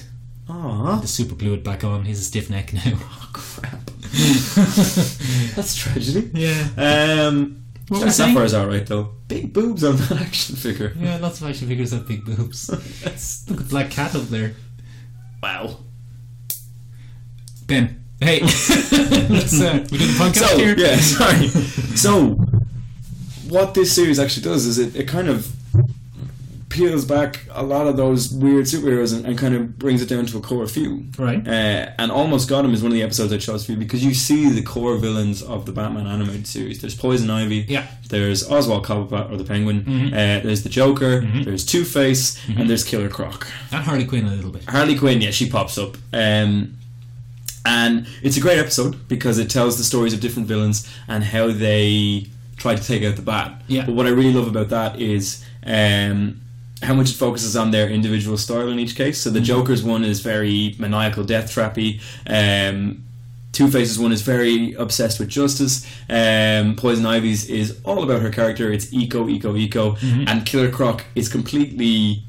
[SPEAKER 2] Aww.
[SPEAKER 1] The super glue it back on. He's a stiff neck now.
[SPEAKER 2] Oh, crap. That's tragedy.
[SPEAKER 1] Yeah.
[SPEAKER 2] Um,
[SPEAKER 1] What
[SPEAKER 2] Star
[SPEAKER 1] were we saying?
[SPEAKER 2] Sapphire's alright though. Big boobs on that action figure.
[SPEAKER 1] Yeah, lots of action figures have big boobs.
[SPEAKER 2] That's-
[SPEAKER 1] Look at Black Cat up there.
[SPEAKER 2] wow.
[SPEAKER 1] Ben, hey, let's uh, we do the podcast
[SPEAKER 2] so
[SPEAKER 1] here.
[SPEAKER 2] yeah, sorry. So what this series actually does is it, it kind of peels back a lot of those weird superheroes and, and kind of brings it down to a core few.
[SPEAKER 1] Right.
[SPEAKER 2] Uh, and Almost Got Him is one of the episodes I chose for you because you see the core villains of the Batman animated series. There's Poison Ivy.
[SPEAKER 1] Yeah. Mm-hmm.
[SPEAKER 2] There's Oswald Cobblepot or the Penguin. Uh, there's the Joker. There's Two Face, and there's Killer Croc.
[SPEAKER 1] And Harley Quinn a little bit.
[SPEAKER 2] Harley Quinn, yeah, she pops up. Um, and it's a great episode because it tells the stories of different villains and how they try to take out the bad.
[SPEAKER 1] Yeah.
[SPEAKER 2] But what I really love about that is um, how much it focuses on their individual style in each case. So the Joker's one is very maniacal, death trappy. Um, Two Faces one is very obsessed with justice. Um, Poison Ivy's is all about her character. It's eco, eco, eco, and Killer Croc is completely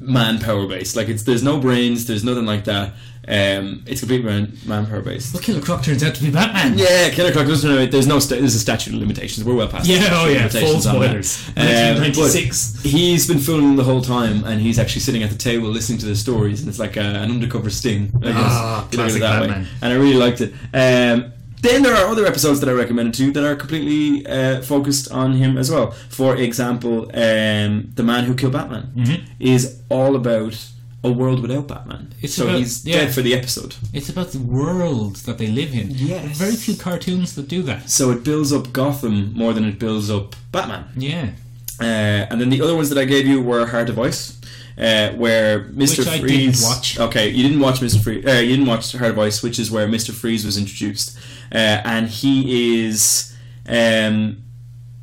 [SPEAKER 2] manpower based. Like it's there's no brains, there's nothing like that. Um, it's completely man, manpower based.
[SPEAKER 1] Well, Killer Croc turns out to be Batman.
[SPEAKER 2] Yeah, Killer Croc doesn't. Know, there's no. Sta- there's a statute of limitations. We're well past.
[SPEAKER 1] Yeah,
[SPEAKER 2] the
[SPEAKER 1] oh yeah, full
[SPEAKER 2] limitations on that.
[SPEAKER 1] spoilers.
[SPEAKER 2] Um,
[SPEAKER 1] 1996.
[SPEAKER 2] but he's been fooling the whole time, and he's actually sitting at the table listening to the stories, and it's like a, an undercover sting. I guess.
[SPEAKER 1] Ah,
[SPEAKER 2] If you look at
[SPEAKER 1] classic
[SPEAKER 2] it that way.
[SPEAKER 1] Batman.
[SPEAKER 2] And I really liked it. Um, then there are other episodes that I recommended to you that are completely uh, focused on him as well. For example, um, the man who killed Batman
[SPEAKER 1] Mm-hmm.
[SPEAKER 2] is all about a world without Batman.
[SPEAKER 1] It's
[SPEAKER 2] so
[SPEAKER 1] about-
[SPEAKER 2] he's
[SPEAKER 1] yeah.
[SPEAKER 2] dead for the episode.
[SPEAKER 1] It's about the world that they live in.
[SPEAKER 2] Yes.
[SPEAKER 1] Very few cartoons that do that.
[SPEAKER 2] So it builds up Gotham more than it builds up Batman.
[SPEAKER 1] Yeah.
[SPEAKER 2] Uh, and then the other ones that I gave you were Heart of Ice, uh, where Mr.
[SPEAKER 1] Which I
[SPEAKER 2] Freeze.
[SPEAKER 1] didn't watch.
[SPEAKER 2] Okay, you didn't watch Mr. Freeze. Uh, you didn't watch Heart of Ice, which is where Mr. Freeze was introduced, uh, and he is. Um,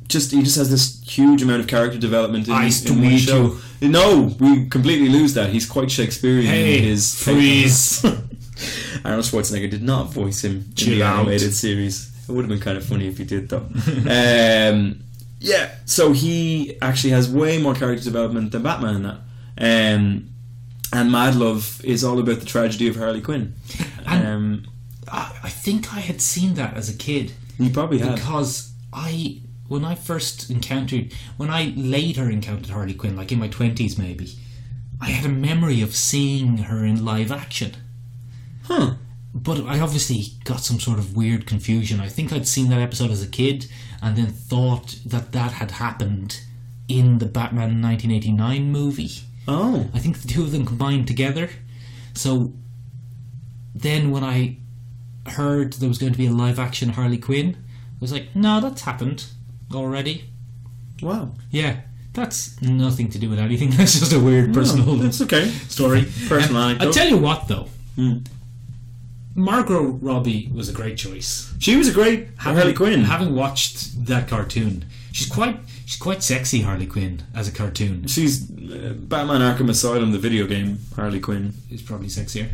[SPEAKER 2] just he just has this huge amount of character development in,
[SPEAKER 1] Ice
[SPEAKER 2] in one
[SPEAKER 1] Tweety.
[SPEAKER 2] show. No, we completely lose that. He's quite Shakespearean
[SPEAKER 1] Hey,
[SPEAKER 2] in his take on it.
[SPEAKER 1] freeze.
[SPEAKER 2] Arnold Schwarzenegger did not voice him in
[SPEAKER 1] Chill
[SPEAKER 2] the
[SPEAKER 1] out.
[SPEAKER 2] animated series. It would have been kind of funny if he did, though. um, yeah, so he actually has way more character development than Batman in that. Um, and Mad Love is all about the tragedy of Harley Quinn.
[SPEAKER 1] And-
[SPEAKER 2] Um,
[SPEAKER 1] I, I think I had seen that as a kid
[SPEAKER 2] you probably have.
[SPEAKER 1] because I, when I first encountered, when I later encountered Harley Quinn, like in my 20s maybe, I had a memory of seeing her in live action.
[SPEAKER 2] Huh.
[SPEAKER 1] But I obviously got some sort of weird confusion. I think I'd seen that episode as a kid and then thought that that had happened in the Batman 1989 movie.
[SPEAKER 2] Oh.
[SPEAKER 1] I think the two of them combined together. So then when I heard there was going to be a live action Harley Quinn, I was like, no, that's happened already.
[SPEAKER 2] Wow.
[SPEAKER 1] Yeah, that's nothing to do with anything. That's just a weird personal
[SPEAKER 2] Oh, That's okay.
[SPEAKER 1] story.
[SPEAKER 2] Personal
[SPEAKER 1] I
[SPEAKER 2] anecdote.
[SPEAKER 1] tell you what, though.
[SPEAKER 2] Hmm.
[SPEAKER 1] Margot Robbie was a great choice.
[SPEAKER 2] she was a great Harley Quinn.
[SPEAKER 1] Having watched that cartoon, she's quite she's quite sexy Harley Quinn as a cartoon.
[SPEAKER 2] She's uh, Batman Arkham Asylum, the video game Harley Quinn.
[SPEAKER 1] It's probably sexier.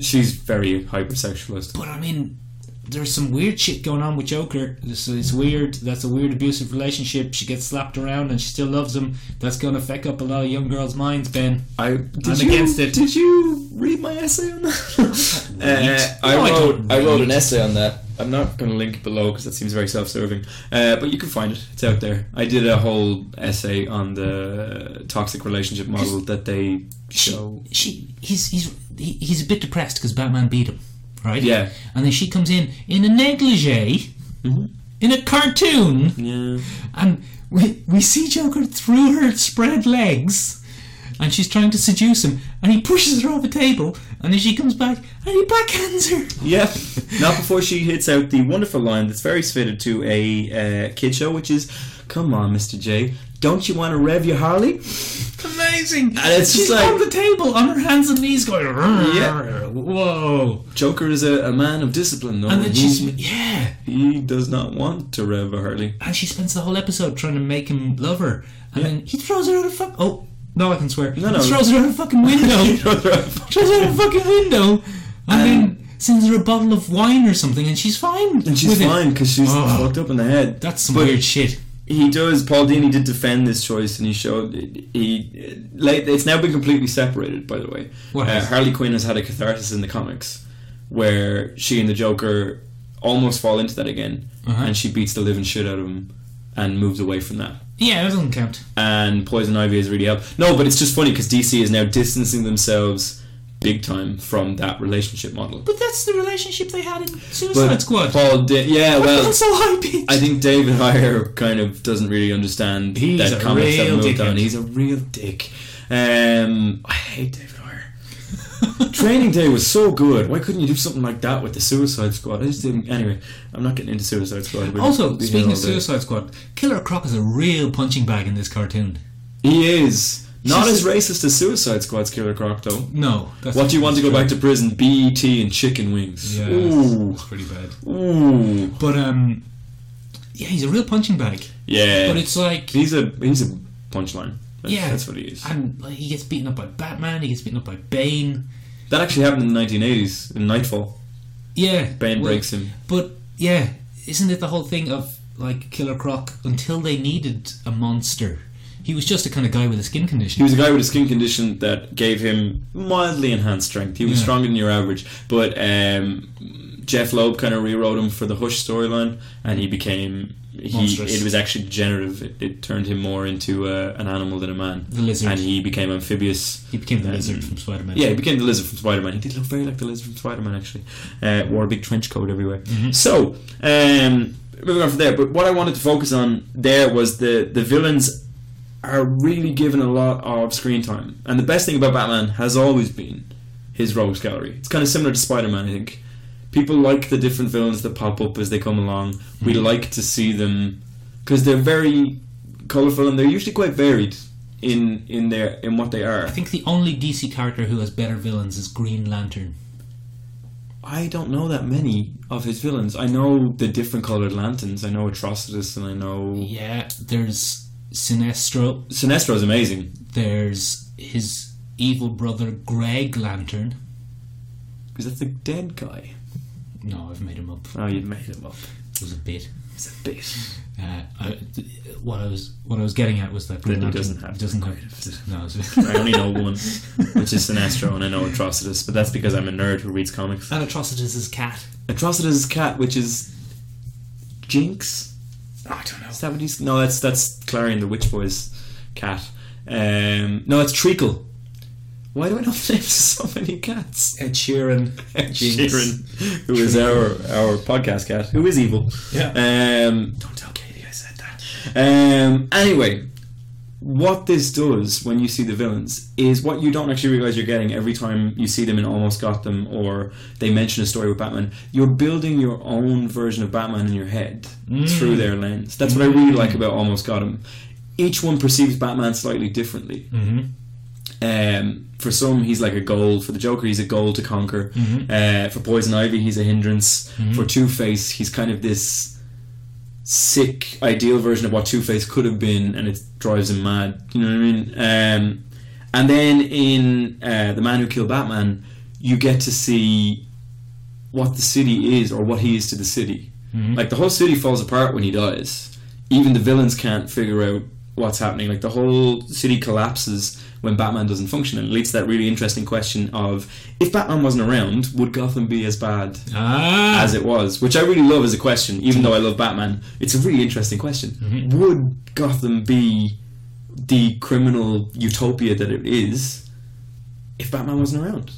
[SPEAKER 2] She's very hypersexualized.
[SPEAKER 1] But I mean, there's some weird shit going on with Joker. This is weird. That's a weird abusive relationship. She gets slapped around and she still loves him. That's going to feck up a lot of young girls' minds, Ben.
[SPEAKER 2] I did
[SPEAKER 1] I'm
[SPEAKER 2] you,
[SPEAKER 1] against it.
[SPEAKER 2] Did you read my essay on that? uh, I
[SPEAKER 1] No, I
[SPEAKER 2] wrote
[SPEAKER 1] don't
[SPEAKER 2] I, wrote an
[SPEAKER 1] read.
[SPEAKER 2] essay on that. I'm not going to link it below because that seems very self-serving. Uh, but you can find it; it's out there. I did a whole essay on the toxic relationship model that they
[SPEAKER 1] She,
[SPEAKER 2] show.
[SPEAKER 1] she, he's, he's, he, he's a bit depressed because Batman beat him, right?
[SPEAKER 2] Yeah.
[SPEAKER 1] And then she comes in in a negligee, in a cartoon.
[SPEAKER 2] Yeah,
[SPEAKER 1] And we, we see Joker through her spread legs, and she's trying to seduce him, and he pushes her off a table, and then she comes back, and he backhands her.
[SPEAKER 2] yeah. Not before she hits out the wonderful line that's very fitted to a uh, kid show, which is, "Come on, Mister J, don't you want to rev your Harley?"
[SPEAKER 1] Amazing!
[SPEAKER 2] And it's
[SPEAKER 1] she's
[SPEAKER 2] just like-
[SPEAKER 1] on the table on her hands and knees, going, yeah. whoa!
[SPEAKER 2] Joker is a, a man of discipline, though.
[SPEAKER 1] And then
[SPEAKER 2] He-
[SPEAKER 1] she's yeah,
[SPEAKER 2] he does not want to rev a Harley.
[SPEAKER 1] and she spends the whole episode trying to make him love her, and then he throws her out of fuck. Oh no, I can swear.
[SPEAKER 2] No, no.
[SPEAKER 1] He throws her out of fucking window. throws her out of fucking window, and then sends her a bottle of wine or something, and she's fine.
[SPEAKER 2] And she's
[SPEAKER 1] with it.
[SPEAKER 2] fine because she's
[SPEAKER 1] Oh.
[SPEAKER 2] fucked up in the head.
[SPEAKER 1] That's some
[SPEAKER 2] But
[SPEAKER 1] weird shit.
[SPEAKER 2] He does. Paul Dini did defend this choice, and he showed he like it's now been completely separated. By the way, Uh,
[SPEAKER 1] What has?
[SPEAKER 2] Harley Quinn has had a catharsis in the comics, where she and the Joker almost fall into that again,
[SPEAKER 1] Uh-huh.
[SPEAKER 2] and she beats the living shit out of him, and moves away from that.
[SPEAKER 1] Yeah, that doesn't count.
[SPEAKER 2] and Poison Ivy has really helped. No, but it's just funny because DC is now distancing themselves big time from that relationship model.
[SPEAKER 1] But that's the relationship they had in Suicide
[SPEAKER 2] But
[SPEAKER 1] Squad.
[SPEAKER 2] Paul did, yeah. Well,
[SPEAKER 1] that's so high pitched.
[SPEAKER 2] I think David Ayer kind of doesn't really understand
[SPEAKER 1] He's
[SPEAKER 2] that
[SPEAKER 1] a
[SPEAKER 2] comics have
[SPEAKER 1] real
[SPEAKER 2] moved
[SPEAKER 1] dickhead.
[SPEAKER 2] on. He's a real dick. Um, I hate David Ayer. Training Day was so good. Why couldn't you do something like that with the Suicide Squad? I just didn't. Anyway, I'm not getting into Suicide Squad. We'll
[SPEAKER 1] also,
[SPEAKER 2] be here
[SPEAKER 1] speaking
[SPEAKER 2] all
[SPEAKER 1] of
[SPEAKER 2] day.
[SPEAKER 1] Suicide Squad, Killer Croc is a real punching bag in this cartoon.
[SPEAKER 2] he is not
[SPEAKER 1] Just-
[SPEAKER 2] as racist as Suicide Squad's Killer Croc, though.
[SPEAKER 1] No. That's
[SPEAKER 2] What do you want to go back to prison? BET and chicken wings.
[SPEAKER 1] Yeah,
[SPEAKER 2] Ooh.
[SPEAKER 1] that's pretty bad.
[SPEAKER 2] Ooh.
[SPEAKER 1] But um, yeah, he's a real punching bag.
[SPEAKER 2] Yeah.
[SPEAKER 1] But it's like,
[SPEAKER 2] he's a he's a punchline. That's,
[SPEAKER 1] yeah,
[SPEAKER 2] that's what he is.
[SPEAKER 1] And like, he gets beaten up by Batman. He gets beaten up by Bane.
[SPEAKER 2] That actually happened in the 1980s in Nightfall.
[SPEAKER 1] Yeah,
[SPEAKER 2] Bane
[SPEAKER 1] well,
[SPEAKER 2] breaks him.
[SPEAKER 1] But yeah, isn't it the whole thing of like Killer Croc? Until they needed a monster, he was just a kind of guy with a skin
[SPEAKER 2] He
[SPEAKER 1] condition.
[SPEAKER 2] was a guy with a skin condition that gave him mildly enhanced strength. He was
[SPEAKER 1] Yeah.
[SPEAKER 2] stronger than your average, but um, Jeff Loeb kind of rewrote him for the Hush storyline, and he became. He,
[SPEAKER 1] Monstrous.
[SPEAKER 2] it was actually degenerative. It, it turned him more into uh, an animal than a man.
[SPEAKER 1] The lizard.
[SPEAKER 2] and he became amphibious.
[SPEAKER 1] He became the
[SPEAKER 2] Um,
[SPEAKER 1] lizard from Spider Man.
[SPEAKER 2] Yeah, he became the lizard from Spider Man. He did look very like the lizard from Spider Man, actually. Uh, wore a big trench coat everywhere. So, um, moving on from there, but what I wanted to focus on there was the, the villains are really given a lot of screen time. And the best thing about Batman has always been his rogues gallery. It's kind of similar to Spider Man, I think. People like the different villains that pop up as they come along. We like to see them because they're very colorful and they're usually quite varied in in their in what they are.
[SPEAKER 1] I think the only DC character who has better villains is Green Lantern.
[SPEAKER 2] I don't know that many of his villains. I know the different colored lanterns. I know Atrocitus, and I know
[SPEAKER 1] Yeah, there's Sinestro.
[SPEAKER 2] Sinestro's amazing.
[SPEAKER 1] There's his evil brother Greg Lantern.
[SPEAKER 2] Because that's the dead guy.
[SPEAKER 1] No, I've made him up.
[SPEAKER 2] Oh, you made him up.
[SPEAKER 1] It was a bit.
[SPEAKER 2] It's a bit.
[SPEAKER 1] Uh, I, th- what I was what I was getting at was that Green
[SPEAKER 2] he
[SPEAKER 1] Lantern
[SPEAKER 2] doesn't have
[SPEAKER 1] doesn't have no. it's-
[SPEAKER 2] I only know one, which is Sinestro, and I know Atrocitus, but that's because I'm a nerd who reads comics.
[SPEAKER 1] and Atrocitus' cat.
[SPEAKER 2] Atrocitus's cat, which is Jinx.
[SPEAKER 1] I don't know.
[SPEAKER 2] Is that what he's? No, that's that's Clarion the Witch Boy's cat. Um, no, it's Treacle. Why do I know the names of so many cats?
[SPEAKER 1] Ed Sheeran.
[SPEAKER 2] Ed
[SPEAKER 1] Jinx.
[SPEAKER 2] Sheeran, who is our our podcast cat, who is evil.
[SPEAKER 1] Yeah.
[SPEAKER 2] Um, don't tell Katie I said that. Um, anyway, what this does when you see the villains is what you don't actually realize you're getting every time you see them in Almost Got Them or they mention a story with Batman. You're building your own version of Batman in your head through their lens. That's what I really like about Almost Got Him. Each one perceives Batman slightly differently. Um, for some, he's like a goal. For the Joker, he's a goal to conquer. Uh, for Poison Ivy, he's a hindrance. For Two Face, he's kind of this sick, ideal version of what Two Face could have been, and it drives him mad. You know what I mean? Um, and then in uh, The Man Who Killed Batman, you get to see what the city is or what he is to the city. Like the whole city falls apart when he dies. Even the villains can't figure out what's happening. Like the whole city collapses when Batman doesn't function, and it leads to that really interesting question of if Batman wasn't around, would Gotham be as bad
[SPEAKER 1] Ah,
[SPEAKER 2] as it was? Which I really love as a question, even though I love Batman. It's a really interesting question. Would Gotham be the criminal utopia that it is if Batman wasn't around?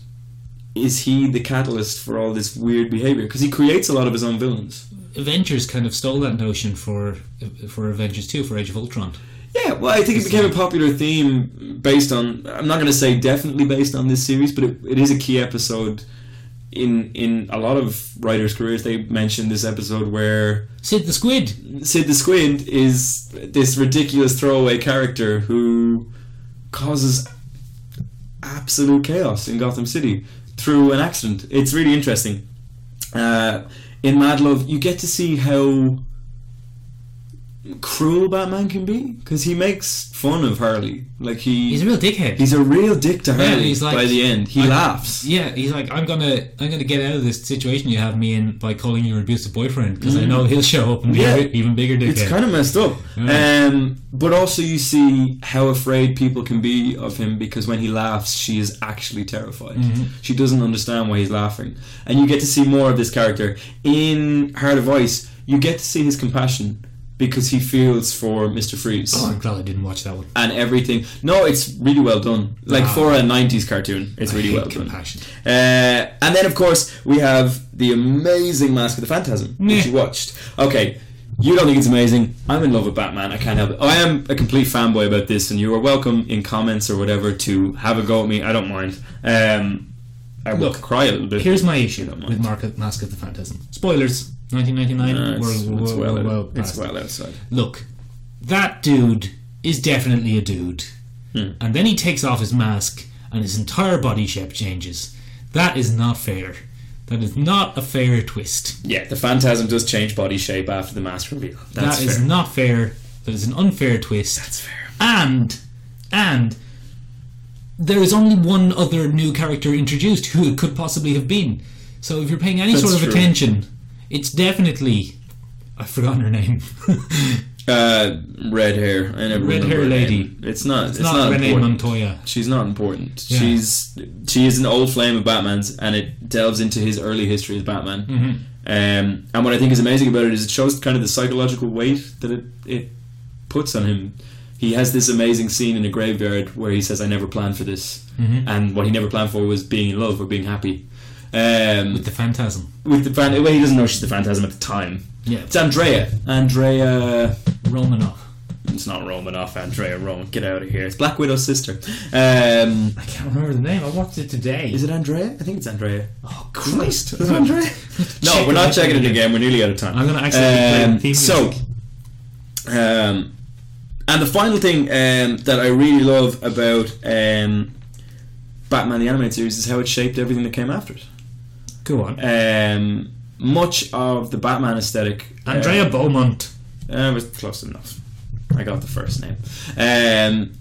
[SPEAKER 2] Is he the catalyst for all this weird behavior? Because he creates a lot of his own villains.
[SPEAKER 1] Avengers kind of stole that notion for for Avengers 2, for Age of Ultron.
[SPEAKER 2] Yeah, well, I think it became a popular theme based on. I'm not going to say definitely based on this series, but it, it is a key episode in in a lot of writers' careers. They mentioned this episode where
[SPEAKER 1] Sid the Squid.
[SPEAKER 2] Sid the Squid is this ridiculous throwaway character who causes absolute chaos in Gotham City through an accident. It's really interesting. Uh, in Mad Love, you get to see how cruel Batman can be because he makes fun of Harley. Like he,
[SPEAKER 1] He's a real dickhead.
[SPEAKER 2] he's a real dick to Harley.
[SPEAKER 1] he's like-
[SPEAKER 2] by the end, he
[SPEAKER 1] I-
[SPEAKER 2] laughs.
[SPEAKER 1] yeah, he's like, I'm gonna, I'm gonna get out of this situation you have me in by calling you an abusive boyfriend because I know he'll show up and be
[SPEAKER 2] Mm. Yeah.
[SPEAKER 1] an even bigger dickhead.
[SPEAKER 2] It's kind of messed up.
[SPEAKER 1] Yeah.
[SPEAKER 2] Um, but also, you see how afraid people can be of him because when he laughs, she is actually terrified.
[SPEAKER 1] Mm-hmm.
[SPEAKER 2] She doesn't understand why he's laughing. And you get to see more of this character. In Heart of Ice, you get to see his compassion because he feels for Mr. Freeze
[SPEAKER 1] Oh, I'm glad I didn't watch that one.
[SPEAKER 2] and everything. No, it's really well done. Like
[SPEAKER 1] Ah.
[SPEAKER 2] for a '90s cartoon, it's
[SPEAKER 1] I
[SPEAKER 2] really
[SPEAKER 1] hate
[SPEAKER 2] well done.
[SPEAKER 1] compassion.
[SPEAKER 2] Uh, and then, of course, we have the amazing Mask of the Phantasm, which
[SPEAKER 1] Meh.
[SPEAKER 2] you watched. Okay, you don't think it's amazing. I'm in love with Batman. I can't help it. Oh, I am a complete fanboy about this, and you are welcome in comments or whatever to have a go at me. I don't mind. Um, I will
[SPEAKER 1] Look,
[SPEAKER 2] cry a little bit.
[SPEAKER 1] Here's my issue
[SPEAKER 2] don't
[SPEAKER 1] with Mark- Mask of the Phantasm. Spoilers. 1999.
[SPEAKER 2] Uh, it's,
[SPEAKER 1] we're,
[SPEAKER 2] it's
[SPEAKER 1] we're-
[SPEAKER 2] well,
[SPEAKER 1] we're well
[SPEAKER 2] out- it's
[SPEAKER 1] past
[SPEAKER 2] well outside.
[SPEAKER 1] look, that dude is definitely a dude.
[SPEAKER 2] Hmm.
[SPEAKER 1] And then he takes off his mask and his entire body shape changes. That is not fair. That is not a fair twist.
[SPEAKER 2] Yeah, the Phantasm does change body shape after the mask reveal. That's
[SPEAKER 1] That
[SPEAKER 2] fair.
[SPEAKER 1] is not fair. That is an unfair twist.
[SPEAKER 2] That's fair.
[SPEAKER 1] And, and, there is only one other new character introduced who it could possibly have been. So if you're paying any
[SPEAKER 2] That's
[SPEAKER 1] sort of
[SPEAKER 2] true.
[SPEAKER 1] attention, it's definitely. I've forgotten her name.
[SPEAKER 2] Uh, red hair. I never
[SPEAKER 1] Red
[SPEAKER 2] remember
[SPEAKER 1] hair
[SPEAKER 2] her
[SPEAKER 1] lady.
[SPEAKER 2] name. It's not. It's,
[SPEAKER 1] not
[SPEAKER 2] not,
[SPEAKER 1] Renee
[SPEAKER 2] important.
[SPEAKER 1] Montoya.
[SPEAKER 2] She's not important. She's she is an old flame of Batman's, and it delves into his early history as Batman.
[SPEAKER 1] Mm-hmm.
[SPEAKER 2] Um, and what I think is amazing about it is it shows kind of the psychological weight that it it puts on him. He has this amazing scene in a graveyard where he says, "I never planned for this,"
[SPEAKER 1] Mm-hmm.
[SPEAKER 2] and what he never planned for was being in love or being happy. Um,
[SPEAKER 1] The Phantasm.
[SPEAKER 2] with the fan, well, he doesn't know she's the Phantasm at the time.
[SPEAKER 1] Yeah.
[SPEAKER 2] It's Andrea. Andrea.
[SPEAKER 1] Romanoff.
[SPEAKER 2] It's not Romanoff, Andrea Roman. Get out of here. It's Black Widow's sister. Um,
[SPEAKER 1] I can't remember the name. I watched it today.
[SPEAKER 2] is it Andrea? I think it's Andrea. Oh,
[SPEAKER 1] Christ.
[SPEAKER 2] Is it Andrea? no,
[SPEAKER 1] Check
[SPEAKER 2] we're
[SPEAKER 1] it
[SPEAKER 2] not
[SPEAKER 1] out.
[SPEAKER 2] checking it again. We're nearly out of time.
[SPEAKER 1] I'm gonna accidentally play
[SPEAKER 2] Um,
[SPEAKER 1] the theme
[SPEAKER 2] So, um, and the final thing um, that I really love about um, Batman the Animated Series is how it shaped everything that came after it.
[SPEAKER 1] Go on.
[SPEAKER 2] Um, much of the Batman aesthetic. uh,
[SPEAKER 1] Andrea Beaumont.
[SPEAKER 2] uh, it was close enough. I got the first name. Um,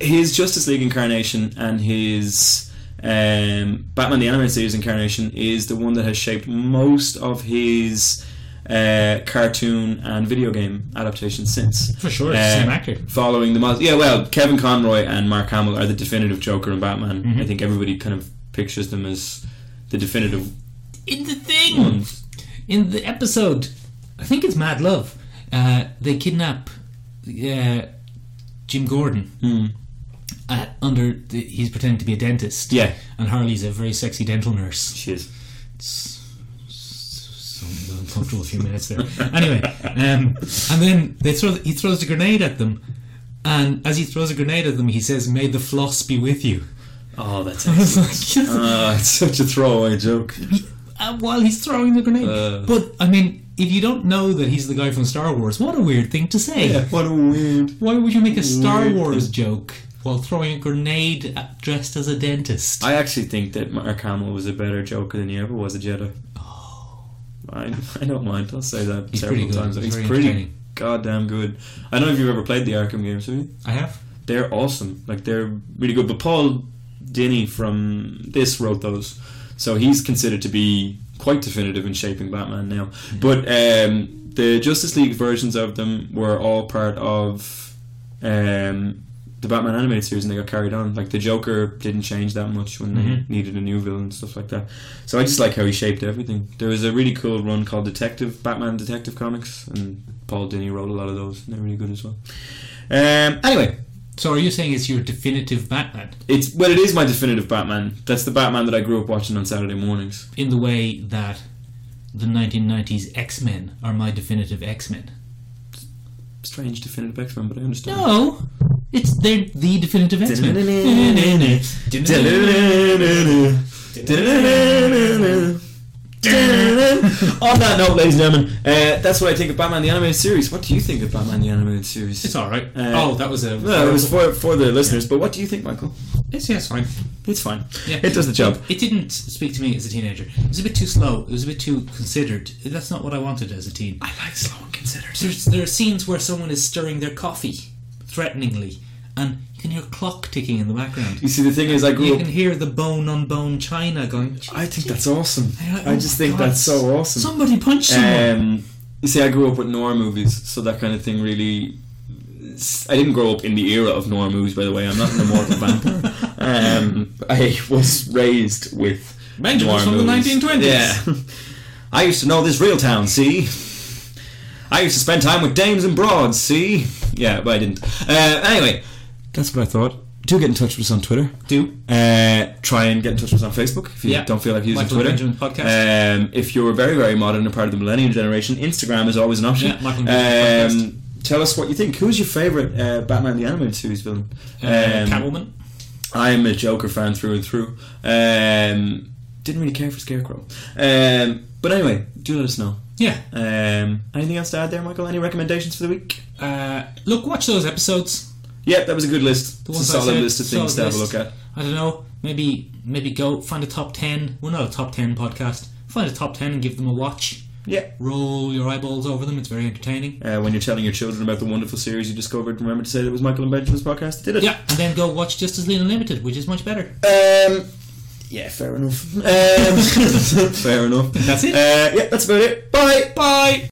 [SPEAKER 2] his Justice League incarnation and his um, Batman the Animated Series incarnation is the one that has shaped most of his uh, cartoon and video game adaptations since. Uh,
[SPEAKER 1] For sure, it's the same actor.
[SPEAKER 2] Following the most, yeah, well, Kevin Conroy and Mark Hamill are the definitive Joker and Batman.
[SPEAKER 1] Mm-hmm.
[SPEAKER 2] I think everybody kind of pictures them as the definitive
[SPEAKER 1] In the thing.
[SPEAKER 2] ones.
[SPEAKER 1] Hmm. In the episode, I think it's Mad Love. Uh, they kidnap uh, Jim Gordon.
[SPEAKER 2] hmm,
[SPEAKER 1] At, under the, he's pretending to be a dentist.
[SPEAKER 2] Yeah.
[SPEAKER 1] And Harley's a very sexy dental nurse.
[SPEAKER 2] She is.
[SPEAKER 1] So I'm uncomfortable a few minutes there. Anyway, um, and then they throw he throws a grenade at them, and as he throws a grenade at them, he says, "May the floss be with you."
[SPEAKER 2] Oh, that's
[SPEAKER 1] I
[SPEAKER 2] excellent.
[SPEAKER 1] was like,
[SPEAKER 2] Ah, it's such a throwaway joke.
[SPEAKER 1] uh, while he's throwing the grenade.
[SPEAKER 2] Uh.
[SPEAKER 1] but I mean, if you don't know that he's the guy from Star Wars, what a weird thing to say.
[SPEAKER 2] What a weird.
[SPEAKER 1] Why would you make a Star
[SPEAKER 2] Weird
[SPEAKER 1] Wars joke while throwing a grenade at, dressed as a dentist?
[SPEAKER 2] I actually think that Mark Hamill was a better Joker than he ever was a Jedi. Oh. I, I don't mind. I'll say that
[SPEAKER 1] He's
[SPEAKER 2] several
[SPEAKER 1] pretty good.
[SPEAKER 2] times.
[SPEAKER 1] He's
[SPEAKER 2] He's
[SPEAKER 1] very
[SPEAKER 2] pretty
[SPEAKER 1] entertaining.
[SPEAKER 2] goddamn good. I don't know if you've ever played the Arkham games, have you?
[SPEAKER 1] I have.
[SPEAKER 2] They're awesome. Like they're really good. But Paul Dini from this wrote those, so he's considered to be quite definitive in shaping Batman now. But um, the Justice League versions of them were all part of um, the Batman animated series, and they got carried on. Like the Joker didn't change that much when
[SPEAKER 1] Mhm.
[SPEAKER 2] they needed a new villain and stuff like that. So I just like how he shaped everything. There was a really cool run called Detective Batman Detective Comics, and Paul Dini wrote a lot of those, and they're really good as well. Um, anyway,
[SPEAKER 1] So are you saying it's your definitive Batman
[SPEAKER 2] it's well, it is my definitive Batman. That's the Batman that I grew up watching on Saturday mornings.
[SPEAKER 1] in the way that the 1990s X-Men are my definitive X-Men?
[SPEAKER 2] Strange definitive X-Men, but I understand.
[SPEAKER 1] No, it's they're the definitive X-Men.
[SPEAKER 2] On that note, ladies and gentlemen, uh, that's what I think of Batman the Animated Series. What do you think of Batman the Animated Series?
[SPEAKER 1] It's all right.
[SPEAKER 2] Uh,
[SPEAKER 1] oh, that was a.
[SPEAKER 2] No, it was for for the listeners. But what do you think, Michael?
[SPEAKER 1] It's yeah, it's fine.
[SPEAKER 2] It's fine.
[SPEAKER 1] Yeah.
[SPEAKER 2] It does the job.
[SPEAKER 1] It didn't speak to me as a teenager. It was a bit too slow. It was a bit too considered. That's not what I wanted as a teen.
[SPEAKER 2] I like slow and considered.
[SPEAKER 1] There's, there are scenes where someone is stirring their coffee threateningly, and you can hear a clock ticking in the background.
[SPEAKER 2] You see, the thing is, I
[SPEAKER 1] You
[SPEAKER 2] grew
[SPEAKER 1] can
[SPEAKER 2] up.
[SPEAKER 1] hear the bone on bone china going.
[SPEAKER 2] I think that's awesome.
[SPEAKER 1] You're like,
[SPEAKER 2] I
[SPEAKER 1] "Oh
[SPEAKER 2] just
[SPEAKER 1] my
[SPEAKER 2] think
[SPEAKER 1] God,
[SPEAKER 2] that's so awesome.
[SPEAKER 1] Somebody punch someone.
[SPEAKER 2] Um, you see, I grew up with noir movies, so that kind of thing really. I didn't grow up in the era of noir movies, by the way. I'm not an immortal vampire. Um, I was raised with
[SPEAKER 1] Benjamin's
[SPEAKER 2] noir
[SPEAKER 1] from the
[SPEAKER 2] movies.
[SPEAKER 1] 1920s.
[SPEAKER 2] Yeah, I used to know this real town. See, I used to spend time with dames and broads, see? Yeah, but I didn't. Uh, anyway, that's what I thought. Do get in touch with us on Twitter.
[SPEAKER 1] Do.
[SPEAKER 2] Uh, try and get in touch with us on Facebook if you
[SPEAKER 1] Yeah.
[SPEAKER 2] don't feel like using
[SPEAKER 1] Michael
[SPEAKER 2] Twitter.
[SPEAKER 1] Benjamin Podcast.
[SPEAKER 2] Um, if you're very, very modern and part of the millennial generation, Instagram is always an option.
[SPEAKER 1] Yeah, Michael Benjamin
[SPEAKER 2] um, tell us what you think. Who's your favourite uh, Batman the Animated Series villain?
[SPEAKER 1] Uh,
[SPEAKER 2] Um,
[SPEAKER 1] Catwoman.
[SPEAKER 2] I'm a Joker fan through and through. Um, didn't really care for Scarecrow. Um, but anyway, do let us know.
[SPEAKER 1] Yeah.
[SPEAKER 2] Um, anything else to add there, Michael? Any recommendations for the week?
[SPEAKER 1] Uh, look, watch those episodes.
[SPEAKER 2] Yep, that was a good list.
[SPEAKER 1] The
[SPEAKER 2] It's a
[SPEAKER 1] ones I
[SPEAKER 2] solid
[SPEAKER 1] said,
[SPEAKER 2] list of
[SPEAKER 1] solid
[SPEAKER 2] things to have a
[SPEAKER 1] list.
[SPEAKER 2] look at.
[SPEAKER 1] I don't know. Maybe maybe go find a top ten. We're not a top ten podcast. Find a top ten and give them a watch.
[SPEAKER 2] Yeah.
[SPEAKER 1] Roll your eyeballs over them. It's very entertaining.
[SPEAKER 2] Uh, when you're telling your children about the wonderful series you discovered, remember to say that it was Michael and Benjamin's podcast that did it.
[SPEAKER 1] Yeah, and then go watch Justice League Unlimited, which is much better.
[SPEAKER 2] Um, yeah, fair enough. Um, fair enough.
[SPEAKER 1] That's it.
[SPEAKER 2] Uh, yeah, that's about it. Bye. Bye.